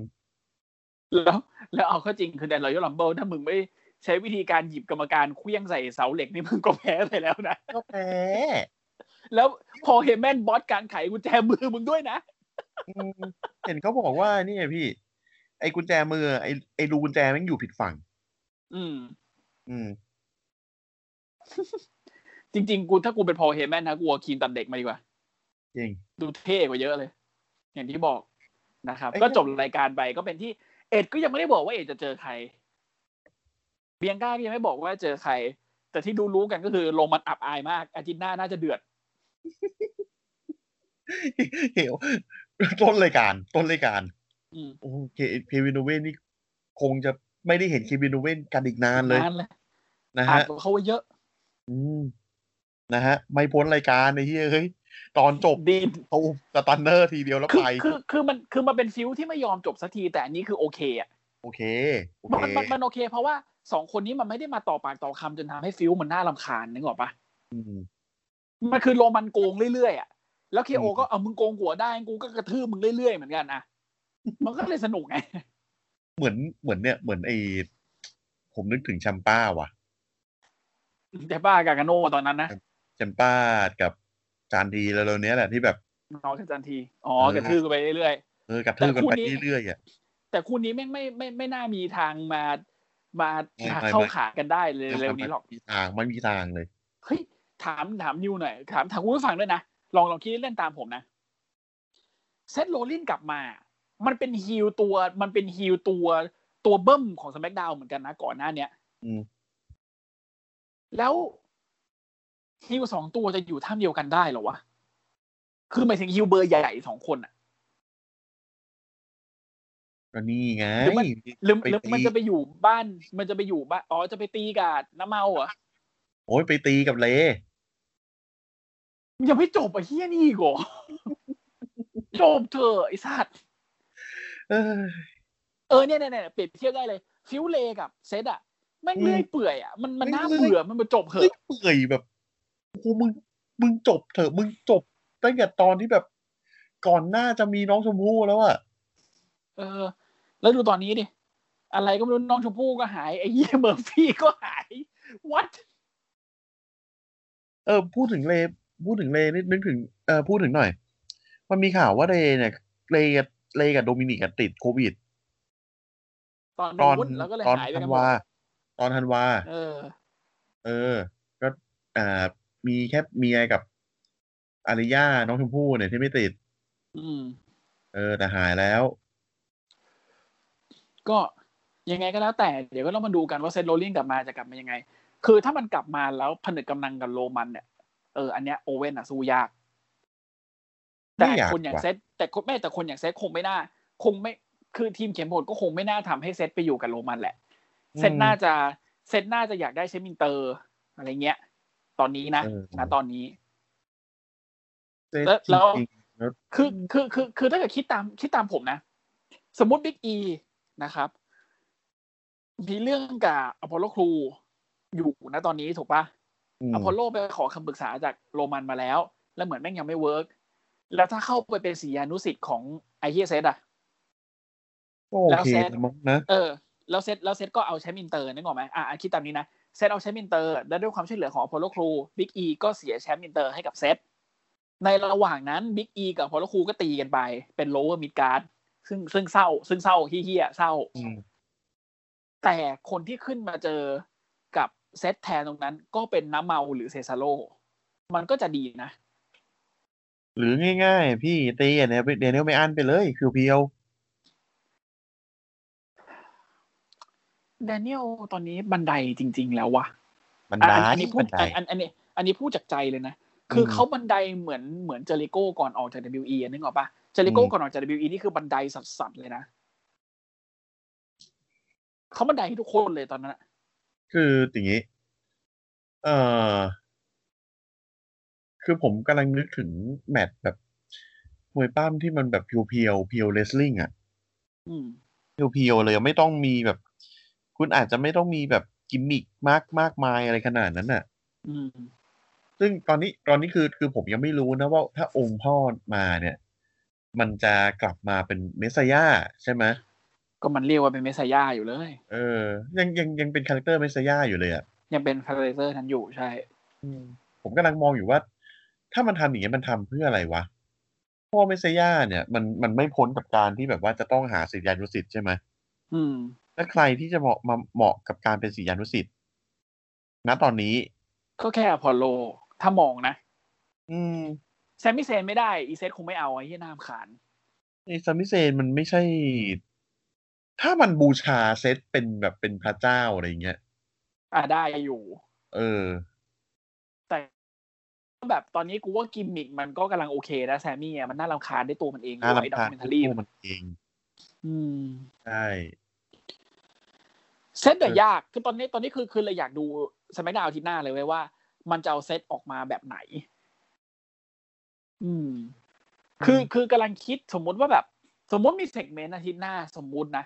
S3: แล้ว แล้วเอาเข้าจริงคือแดนรอยัลลัมเบิลถ้ามึงไม่ใช้วิธีการหยิบกรรมการเคลี้ยงใส่เสาเหล็กนี่มึงก็แพ้ไปแล้วนะ
S2: ก็แพ้
S3: แล้วพอเฮมแมนบอสการไขกุญแจมือมึงด้วยนะ
S2: อืมเห็นเขาบอกว่านี่ไงพี่ ไอ้กุญแจมือไอ้ไอ้รูกุญแจแมันอยู่ผิดฝั่ง
S3: อืม
S2: อืม
S3: จริง ๆ กูถ้ากูเป็นพอเฮมแมนนะกูเอาครีมตัดเด็กมาดีกว่า
S2: จริง
S3: ดูเท่กว่าเยอะเลย อย่างที่บอกนะครับ
S2: เอ้ย
S3: ก็จบรายการไปก็เป็นที่เอ็ดก็ยังไม่ได้บอกว่าเอ็ดจะเจอใครเบียงก้าก็ยังไม่บอกว่าเจอใคร แต่ที่ดูรู้กันก็คือลงมันอับอายมากอาทิตย์หน้าน่าจะเดือด
S2: เหวต้นรายการ ต้นรายการ
S3: อืม
S2: โอ้โหเคเควินโนเวนนี่คงจะไม่ได้เห็นเควินโนเวนกันอีกนานเลย
S3: นานเลย
S2: นะ
S3: อ่าน
S2: ฮะ
S3: กับเขาไว้เยอะ
S2: อืม นะฮะ ไม่พ้นรายการไอ้เหี้ยเฮ้ย ตอนจบ
S3: ดี
S2: ตูมสตันเนอร์ทีเดียวแล้ว
S3: คือ
S2: ไป
S3: คือคือมันคือมันเป็นฟิลที่ไม่ยอมจบสักที แต่อันนี้คือโอเคอ่ะ
S2: โอเค โอ
S3: มัน
S2: เค
S3: มันมันโอเค เพราะว่าสองคนนี้มันไม่ได้มาต่อปากต่อคำจนทำให้ฟิลมันน่ารำคาญนึกออกปะ
S2: อืม
S3: มันคือโรมันโกงเรื่อยๆอ่ะ แล้วเคโอ
S2: อืม
S3: ก็เอามึงโกงหัวได้ กูก็กระทืบมึงเรื่อยๆเหมือนกันอ่ะ มันก็เลยสนุกไง
S2: เหมือน เหมือนเนี่ย เหมือนไอ้ผมนึกถึงแชมป้าว่ะ
S3: แต่บ้ากากาโน่ตอนนั้นนะ
S2: แชมป้ากับจานดีแล้วเนี้ยแหละที่แบบ
S3: น้องกับจันที อ๋อ
S2: เออ
S3: กระทืบไปเรื่อย
S2: เออกระทืบกันไป
S3: แต่คู่นี้
S2: เรื่อยๆอ่ะ
S3: ๆ แต่คู่นี้แม่งไม่ไม่ไม่ไม่น่ามีทางมา มา
S2: ไม่ไม่
S3: เข้าขากันได้เลยเร็วๆนี้หรอก
S2: มีทางไม่มีทางเลย
S3: เฮ้ย ถามถามนิวหน่อย ถามถามคุณผู้ฟังด้วยนะ ลองลองคิดเล่นๆตามผมนะ เซตโรลลินกลับมา มันเป็นฮิลตัว มันเป็นฮิลตัวตัวเบิ้มของสแมกดาวเหมือนกันนะก่อนหน้าเนี้ย
S2: อืม
S3: แล้วฮิวสองตัวจะอยู่ท่ามเดียวกันได้เหรอวะ คือหมายถึงฮิวเบอร์ใหญ่ๆสองคนอ่ะ
S2: ก็นี่ไง
S3: หรือมัน หรือ
S2: ไปตี
S3: หรือมันจะไปอยู่บ้าน มันจะไปอยู่บ้าน อ๋อ จะไปตีกับน้ำเมาเหรอ่ะ
S2: โอ้ยไปตีกับเล
S3: ยังไม่จบอ่ะเฮียนี่อีก่อ จบเธอะไอ้สัตว์
S2: เออ
S3: เออเนี่ยเนี่ยเนี่ยเปรียบเทียบได้เลย ฟิวเลกับเซตอ่ะแม่ง
S2: อืม
S3: เลื่อยเปื่อยอ่ะ มันมันน่า
S2: ไม่เลื่อย
S3: เบื่อ มันมาจบเถ
S2: เฮ้ย
S3: อะ
S2: เปื่อยแบบโอ้โหมึงมึงจบเถอะ มึงจบตั้งแต่ตอนที่แบบ ก่อนหน้าจะมีน้องชมพู่แล้วอะ
S3: เออ แล้วดูตอนนี้ดิ อะไรก็ไม่รู้น้องชมพู่ก็หาย ไอ้เยี่ยเมอร์ฟี่ก็หาย what
S2: เออ พูดถึงเลพูดถึงเลนิดนึกถึงเออพูดถึงหน่อย มันมีข่าวว่าเลเนี่ยเลเลกับโดมินิกอะติดโควิด
S3: ตอน
S2: ตอน
S3: นู้นแล้วก็เลย
S2: ตอน
S3: หายไป
S2: ธั
S3: กัน นหมด
S2: วา ตอนธันวา
S3: เออ
S2: เออ ก็อ่ามีแค่เมียกับอาริยาน้องชมพู่เนี่ยที่ไม่ติด
S3: อืม
S2: เออ แต่หายแล้ว
S3: ก็ยังไงก็แล้วแต่เดี๋ยวก็ต้องมาดูกันว่าเซนโรลลิงกลับมาจะกลับมายังไง คือถ้ามันกลับมาแล้วผนึกกำลังกับโรมันเนี่ยเอออันเนี้ยโอเว่นอะสู้ยาก แต่
S2: ไม่อยาก
S3: คนอย่าง
S2: ว่ะ
S3: เซตแต่คนไม่แต่คนอย่างเซตคงไม่น่า คงไม่คือทีมเข็มโหดก็คงไม่น่าทำให้เซตไปอยู่กับโรมันแหละ เซตน่าจะเซตน่าจะอยากได้เชมินเตอร์ อะไรเงี้ย ตอนนี้นะ
S2: เออ
S3: นะตอนนี้
S2: เซ็ต
S3: แล้วแล้ว
S2: จริงๆแล้ว
S3: คือคือคือคือถ้าเกิดคิดตามคิดตามผมนะ สมมติบิ๊กอีนะครับ มีเรื่องกับอพอลโลครูอยู่นะตอนนี้ถูกปะ
S2: อืม
S3: อพอลโลไปขอคำปรึกษาจากโรมันมาแล้ว แล้วเหมือนแม่งยังไม่เวิร์กแล้วถ้าเข้าไปเป็นศิษยานุสิษย์ของไอเฮียเซตอะ
S2: ก็โอ
S3: แล้ว
S2: เค
S3: เซ็ต
S2: นะมั้งนะ
S3: เออแล้วเซตแล้วเซตก็เอาแชมป์อินเตอร์นึกออกไหมอ่ะอ่ะคิดตามนี้นะเซตเอาแชมป์อินเตอร์และด้วยความช่วยเหลือของอพอลโลครูบิ๊กอีก็เสียแชมป์อินเตอร์ให้กับเซตในระหว่างนั้นบิ๊กอีกับอพอลโลครูก็ตีกันไปเป็นโลเวอร์มิดการ์ดซึ่งซึ่งเศร้า ซึ่งเศร้าเฮี้ยๆเศร้า
S2: อืม
S3: แต่คนที่ขึ้นมาเจอกับเซตแทนตรงนั้น ก็เป็นน้ำเมาหรือเซซาโล มันก็จะดีนะ
S2: หรือง่ายๆ พี่เตีเนี่ยเดนิลไม่อันไปเลยคือเพียว
S3: แดเนียลตอนนี้บันไดจริง ๆ แล้ววะ
S2: ๆมัน
S3: อั
S2: ได้
S3: นอันนี้พู
S2: มั
S3: ด
S2: นได้
S3: อันอันอันนี้อันนี้พูดจากใจเลยนะ คืออ
S2: ม
S3: เขาบันไดเหมือนเหมือนเจริโก้ก่อนออกจาก WE อะนึกออกปะเจริโก้ก่อนออกจาก WE นี่คือบันไดสัสๆเลยนะเขาบันไดให้ทุกคนเลยตอนนั้นอะ
S2: คืออย่างนี้ เอ่อ คือผมกำลังนึกถึงแมตช์แบบมวยป้ามที่มันแบบเพียวเพียวๆเพียวเลสลิงอ่ะ
S3: อืม
S2: เพียวๆเลยไม่ต้องมีแบบ คุณอาจจะไม่ต้องมีแบบกิมมิกมากมากมายอะไรขนาดนั้นน่ะ
S3: อืม
S2: ซึ่งตอนนี้ตอนนี้คือคือผมยังไม่รู้นะว่าถ้าองค์พ่อมาเนี่ย มันจะกลับมาเป็นเมสซายาใช่ไหม
S3: ก็มันเรียกว่าเป็นเมสยาอยู่เลย
S2: เออ ยังยังยังเป็นคาแรคเตอร์เมสซายาอยู่เลยอ่ะ
S3: ยังเป็นคาแรคเตอร์นั้นอยู่ใช่
S2: ผมกำลังมองอยู่ว่า ถ้ามันทำอย่างนี้ยมันทำเพื่ออะไรวะเพ่อเมสซายาเนี่ย มันมันไม่พ้นกับการที่แบบว่าจะต้องหาศิษยานุศิษย์ใช่ไหม
S3: อืม
S2: แล้วใครที่จะเหมาะมาเหมาะกับการเป็นศิษยานุศิษย์ณตอนนี้
S3: ก็แค่อพอลโล ถ้ามองนะ
S2: อืม
S3: แซมมี่เซนไม่ได้ อีเซตคงไม่เอาไอ้ที่นามขาน
S2: ในซัมมิเซนมันไม่ใช่ ถ้ามันบูชาเซตเป็นแบบเป็นพระเจ้าอะไรอย่างเงี้ย
S3: อ่ะได้อยู่
S2: เออ
S3: แต่แบบตอนนี้กูว่ากิมมิกมันก็กำลังโอเคนะแซมมี่อะมันน่ารำคาญด้วยตัวมันเอง
S2: น่า
S3: ไอ้
S2: รำ
S3: ด็อ
S2: คาก ญ
S3: เมนทารี่
S2: ตัวมันเอง
S3: อืม
S2: ใช่
S3: เซตเดี๋ยวยาก คือตอนนี้ตอนนี้คือคือเลยอยากดูสมัยดาวอาทิตย์หน้าเลยเว้ยว่า มันจะเอาเซตออกมาแบบไหน อืม คือคือกำลังคิดสมมุติว่าแบบ สมมุติมีเซกเมนต์อาทิตย์หน้า สมมุตินะ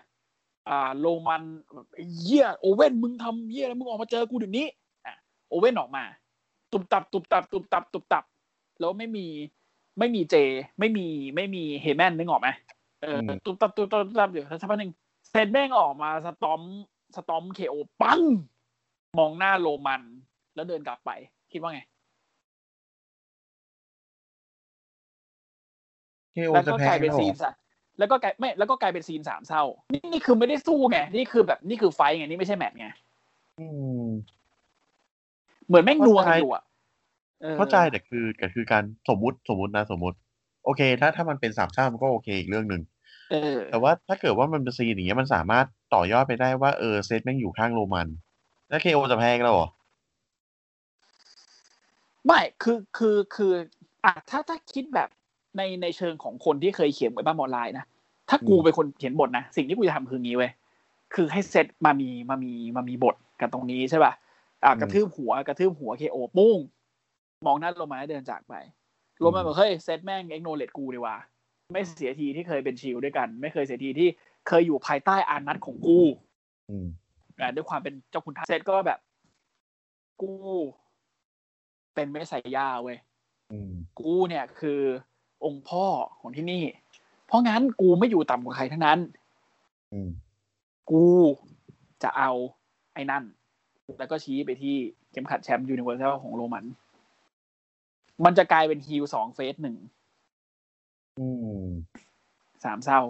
S3: อ่า โรมันแบบไอ้เยี่ยโอเว่นมึงทำเยี่ยแล้วมึงออกมาเจอกูเดี๋ยวนี้อ่ะโอเว่นออกมา ตุบตับ ตุบตับ ตุบตับ ตุบตับ แล้วไม่มี ไม่มีเจ ไม่มีไม่มีเฮแมนนึกออกไหมเอออตุบตับตุบตับตุบตับเดี๋ยวสักพักหนึ่งเซนแม่งออกมาสตอมสตอมเคโอปัง มองหน้าโรมัน แล้วเดินกลับไป คิดว่าไง
S2: เคโอ
S3: แล้ว
S2: จะ
S3: ก็
S2: แพ้
S3: กลายเป็
S2: ห
S3: น
S2: รอ
S3: ซีนสะแล้วก็กลายไม่ แล้วก็กลายเป็นซีนสามเศร้า นี่นี่คือไม่ได้สู้ไง นี่คือแบบนี่คือไฟท์ไง นี่ไม่ใช่แมตช์ไง
S2: อืม
S3: เหมือนแม่งนัวกันอยู่อ่ะออ
S2: เข้าใจแต่คือแต่คือการสมมุติสมมุตินะสมมุติ โอเค ถ้าถ้ามันเป็นสามชาติมันก็โอเคอีกเรื่องหนึ่ง
S3: เออ
S2: แต่ว่าถ้าเกิดว่ามันเป็นซีนอย่างเงี้ยมันสามารถต่อยอดไปได้ว่าเออเซตแม่งอยู่ข้างโรมัน แล้วเคโอจะแพ้อีกแล้วเหรอ
S3: ไม่ คือ คือ คืออ่ะถ้า ถ้าคิดแบบ ใน ในเชิงของคนที่เคยเขียนบทบ้านออนไลน์นะ ถ้ากู
S2: อืม
S3: เป็นคนเขียนบทนะ สิ่งที่กูจะทำคืองี้เว้ย คือให้เซตมามี มามี มามีบทกันตรงนี้ใช่ป่ะ อ่ะกระทืบหัว กระทืบหัวเคโอปุ้ง มองหน้าโรมันแล้วเดินจากไป โรมันบอกเฮ้ย เซตแม่งเอ็กโนเลตกูดีว่า ไม่เสียทีที่เคยเป็นชิลด้วยกัน ไม่เคยเสียทีที่เคยอยู่ภายใต้อานัตของกู
S2: อืม
S3: อ่ะด้วยความเป็นเจ้าคุณทานเซตก็แบบ กู เป็นเมสไสยาเว้ย
S2: อืม
S3: กูเนี่ยคือองค์พ่อของที่นี่ เพราะงั้นกูไม่อยู่ต่ำกว่าใครทั้งนั้น
S2: อืม
S3: กูจะเอาไอ้นั่น แล้วก็ชี้ไปที่เข็มขัดแชมป์ยูนิเวอร์แซลของโรมัน มันจะกลายเป็นฮิลสองเฟสหนึ่ง
S2: อืม
S3: สามเศร้า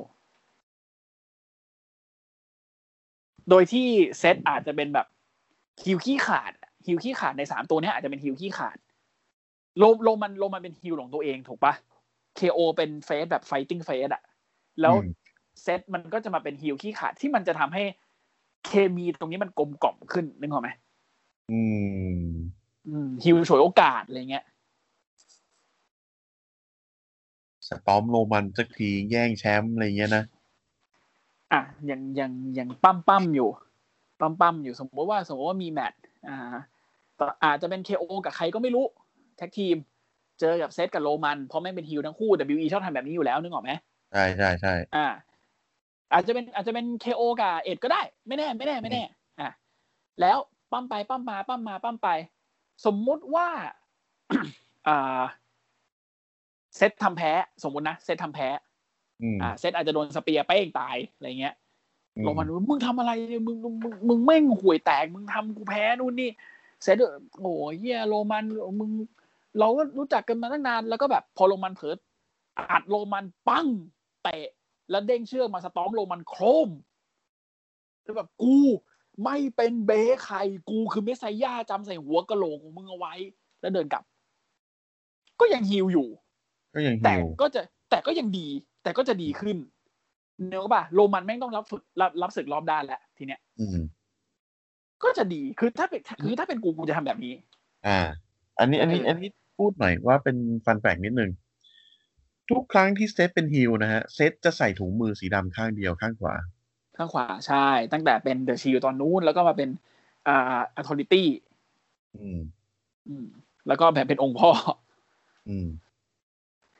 S3: โดยที่เซตอาจจะเป็นแบบฮิลขี้ขาดฮิลขี้ขาดในสามตัวเนี้ยอาจจะเป็นฮิลขี้ขาดโรโรมันโรมันเป็นฮิลของตัวเองถูกปะ KO เป็นเฟสแบบไฟติ้งเฟสอะแล้ว
S2: อืม
S3: เซตมันก็จะมาเป็นฮิลขี้ขาดที่มันจะทำให้เคมีตรงนี้มันกลมกล่อมขึ้นนึกออกไหม
S2: อืม
S3: ฮิลฉวยโอกาสอะไรเงี้ย
S2: สตอมโรมันสักทีแย่งแชมป์อะไรเงี้ยนะ
S3: อ่ะยังยังยังปั้มปั้มอยู่ปั้มปั้มอยู่สมมติว่าสมมติว่ามีแมตช์อ่าต่ออาจจะเป็น KO กับใครก็ไม่รู้ แท็กทีม เจอกับเซตกับโรมัน เพราะแม่งเป็นฮิลทั้งคู่ WE ชอบทำแบบนี้อยู่แล้วนึกออกไหม
S2: ใช่ใช่ใช่
S3: อ่า อาจจะเป็นอาจจะเป็นเคโอกับเอ็ดก็ได้ ไม่แน่ ไม่แน่ไม่แน่ อ่าแล้วปั้มไปปั้มมาปั้มมาปั้มไป สมมุติว่า อ่าเซตทำแพ้ สมมุตินะเซตทำแพ้
S2: อืม
S3: อ่าเซตอาจจะโดนสเปียร์เป้งตายอะไรเงี้ย
S2: อืม
S3: ลงมาดูมึงทำอะไรเนี่ยมึงมึงมึงมึงแม่งห่วยแตก มึงทำกูแพ้นู่นนี่เสร็จด้วยโอ้ยเฮียโรมันมึง เราก็รู้จักกันมาตั้งนานแล้วก็แบบพอโรมันเผลออัดโรมันปั้งเตะแล้วเด้งเชือกมาสตอมโรมันโครมแล้วแบบกูไม่เป็นเบใครกูคือเมสไซย่าจำใส่หัวกะโหลกของมึงเอาไว้ แล้วเดินกลับ ก็ยังฮิวอยู่
S2: ก็ยัง
S3: แต่
S2: หิว
S3: ก็จะแต่ก็ยังดี แต่ก็จะดีขึ้นเนื้อป่ะโรมันแม่งต้องรับฝึกรับรับศึกรอบด้านแล้วทีเนี้ย
S2: อืม
S3: ก็จะดีคือถ้าเป็นคือถ้าเป็นกูกูจะทำแบบนี้
S2: อ่า อันนี้อันนี้
S3: เอออั
S2: อันนี้ พูดหน่อยว่าเป็นฟันแฝงนิดนึง ทุกครั้งที่เซตเป็นฮิลนะฮะ เซตจะใส่ถุงมือสีดำข้างเดียวข้างขวา
S3: ข้างขวาใช่ ตั้งแต่เป็นเดอะชิลตอนนู้น แล้วก็มาเป็นอ่าอัทอริตี้
S2: อืม
S3: แล้วก็แบบเป็นองค์ พ่อ
S2: อืม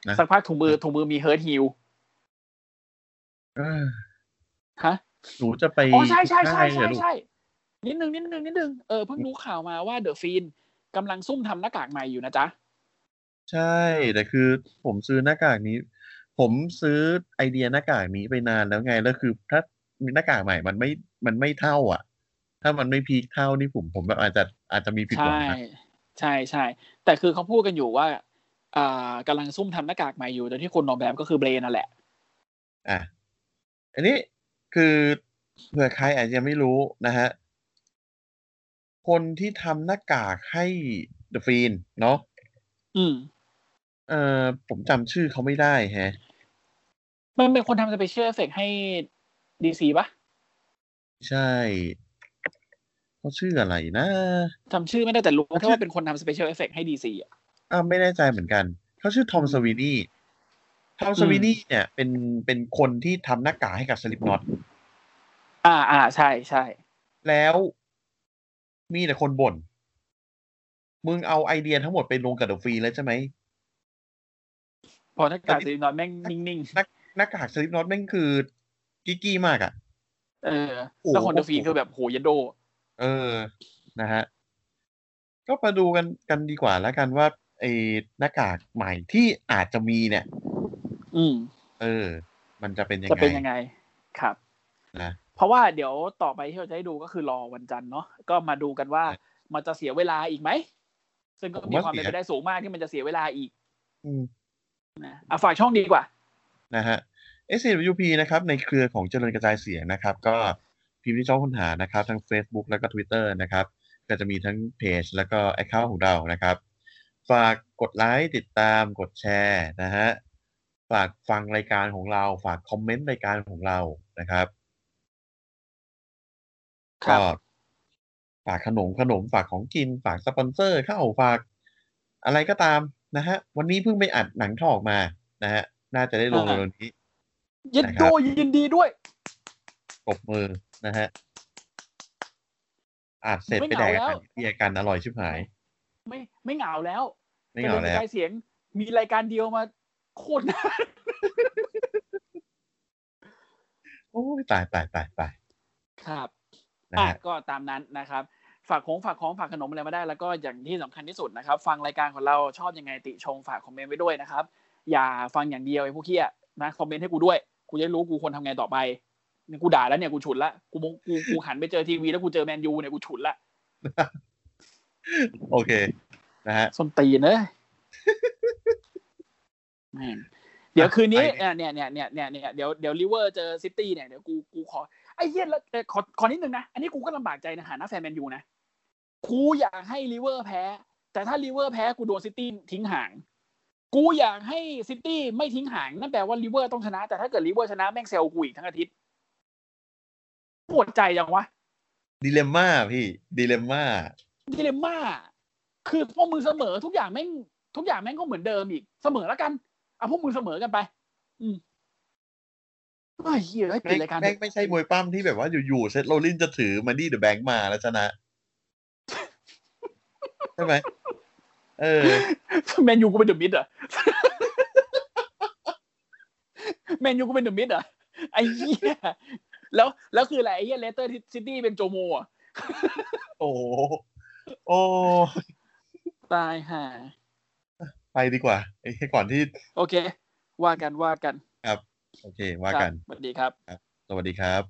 S2: นะ
S3: สักพักถุงมือถุงมือมีเฮิร์ทฮิล
S2: เอ้อ
S3: ฮะ
S2: หนูจะไป
S3: อ๋อใช่ใช่
S2: ค่ายเหร
S3: ใช่ใช่
S2: อลูก
S3: ใช่นิดนึงนิดนึงนิดนึงเออเพิ่งรู้ข่าวมาว่าเดอะฟีนกำลังซุ่มทำหน้ากากใหม่อยู่นะจ๊ะ
S2: ใช่ แต่คือ ผมซื้อหน้ากากนี้ ผมซื้อไอเดียหน้ากากนี้ไปนานแล้วไง แล้วคือถ้ามีหน้ากากใหม่มันไม่มันไม่เท่า อ่ะ ถ้ามันไม่พีคเท่านี่ผมผมแบบอาจจะอาจจะมีผิดหวัง
S3: ใช่
S2: นะ
S3: ใช่ใช่แต่คือเขาพูดกันอยู่ว่าอ่ากำลังซุ่มทำหน้ากากใหม่อยู่โดยที่คนออกแบบก็คือเบรนนั่นแหละ
S2: อ่ะอันนี้คือเผื่อใครอาจจะไม่รู้นะฮะ คนที่ทำหน้ากากให้เดอะฟีนเนาะ
S3: อืม
S2: เออผมจำชื่อเขาไม่ได้แฮะ
S3: มันเป็นคนทำสเปเชียลเอฟเฟกให้ดีซีปะ
S2: ใช่เขาชื่ออะไรนะ
S3: จำชื่อไม่ได้แต่รู้แค่ว่าเป็นคนทำสเปเชียลเอฟเฟกให้ดีซีอ่ะ
S2: อ่าไม่แน่ใจเหมือนกัน เขาชื่อทอมสวีนีทอมสวีนีเนี่ย เป็นเป็นคนที่ทำหน้ากากให้กับสลิปน็อต
S3: อ่าอ่าใช่ใช่
S2: แล้วมีแต่คนบ่น มึงเอาไอเดียทั้งหมดไปลงกับเดอะฟรีแล้วใช่ไหม
S3: พอหน้ากากสีนอนแม่งนิ่ง
S2: หน้ากากสลิปน็อตแม่งคือกิ๊กกี้มากอะ่ะ
S3: ๆเออแล้วคนเดอะฟีนคือแบบโหยันโด
S2: เออ นะฮะ ก็มาดูกันกันดีกว่าแล้วกันว่าไอหน้ากากใหม่ที่อาจจะมีเนี่ย
S3: อืม
S2: เออ มันจะเป็นยัง
S3: จะ
S2: ไง
S3: เป็นยังไงครับ
S2: นะ
S3: เพราะว่าเดี๋ยวต่อไปที่เราจะให้ดูก็คือรอวันจันทร์เนาะก็มาดูกันว่ามันจะเสียเวลาอีกไหม ซึ่งก็
S2: ผม
S3: มี
S2: ว่า
S3: ความเป็น
S2: เสี
S3: ไป
S2: ย
S3: ได้สูงมากที่มันจะเสียเวลาอีก
S2: อืม
S3: นะอ่ะฝากช่องดีกว่า
S2: นะฮะ SCWP นะครับ ในเครือของเจริญกระจายเสียงนะครับ ก็พิมพ์ที่ช่องค้นหานะครับ ทั้ง Facebook แล้วก็ Twitter นะครับ ก็จะมีทั้งเพจแล้วก็ Account ของเรานะครับ ฝากกดไลค์ติดตามกดแชร์นะฮะ ฝากฟังรายการของเรา ฝากคอมเมนต์รายการของเรานะครับ ก็ฝากขนมขนมฝากของกิน ฝากสปอนเซอร์ข้าวฝากอะไรก็ตามนะฮะ วันนี้เพิ่งไปอัดหนังทอออกมานะฮะ น่าจะได้ลง
S3: อ่า
S2: เร็วๆนี้
S3: ยิน
S2: นะครับ
S3: ดูยินดีด้วย
S2: ปรบมือนะฮะอัดเสร็จไปแดกอาหารอินเดียกันอร่อยชิบหาย
S3: ไม่ไม่เหงาแล้ว
S2: ไม่เหงาแล้ว
S3: กระจายเสียงมีรายการเดียวมาโคตรนาน
S2: โอ้ยตายตายตายตาย
S3: ครับ
S2: นะ
S3: อ่ะ
S2: ฮะ
S3: ก็ตามนั้นนะครับ ฝากของฝากของฝากขนมอะไรมาได้แล้วก็อย่างที่สำคัญที่สุดนะครับ ฟังรายการของเราชอบยังไงติชมฝากคอมเมนต์ไว้ด้วยนะครับ อย่าฟังอย่างเดียวไอ้พวกเคี้ยนะคอมเมนต์ให้กูด้วยกูจะได้รู้กูควรทำไงต่อไปเนี่ยกูด่าแล้วเนี่ยกูฉุนละกูมองกูกูหันไปเจอทีวีแล้วกูเจอแมนยูเนี่ยกูฉุนละ
S2: โอเค นะฮะ
S3: ส้นตีนเนอะแม่งเดี๋ยวคืนนี้
S2: ไป
S3: เนี่ยเนี่ยเนี่ยเนี่ยเนี่ยเนี่ยเดี๋ยวเดี๋ยวลิเวอร์เจอซิตี้เนี่ยเดี๋ยวกูกูขอไอ้เหี้ยแล้วเอ่อขอขอนิดนึงนะ อันนี้กูก็ลำบากใจนะหาหน้าแฟนแมนยูนะกูอยากให้ลิเวอร์แพ้ แต่ถ้าลิเวอร์แพ้กูโดนซิตี้ทิ้งห่าง กูอยากให้ซิตี้ไม่ทิ้งห่างนั่นแปลว่าลิเวอร์ต้องชนะ แต่ถ้าเกิดลิเวอร์ชนะแม่งเซลกูอีกทั้งอาทิตย์ปวดใจยังวะ
S2: ดิเลมม่าพี่ ดิเลมม่า
S3: ดิเลมม่าคือพวกมึงเสมอทุกอย่างแม่งทุกอย่างแม่งก็เหมือนเดิมอีกเสมอแล้วกันเอาพวกมึงเสมอกันไป อืมเฮ้ยเหี้ยไอ้ปิ
S2: แม่ง
S3: ดรายการ
S2: แม่งไม่ใช่มวยปั้มที่แบบว่าอยู่ๆเซตโรลลินจะถือมันนี่เดอะแบงค์มาแล้วชนะ ใช่ไหมเออ
S3: แมนยู กูเป็นเดอะมิดเหรอแมนยูกูเป็นเดอะมิดเหรอไอ้เหี้ยแล้วแล้วคืออะไรไอ้เหี้ยเลสเตอร์ซิตี้เป็นโจโมอ่ะ
S2: โอ้โหโอ้
S3: ตายห่า
S2: ไปดีกว่าไอ้ก่อนที่
S3: โอเค ว่ากันว่ากัน
S2: โอเค ว่ากัน
S3: สวัสดีครับ
S2: สวัสดีครับ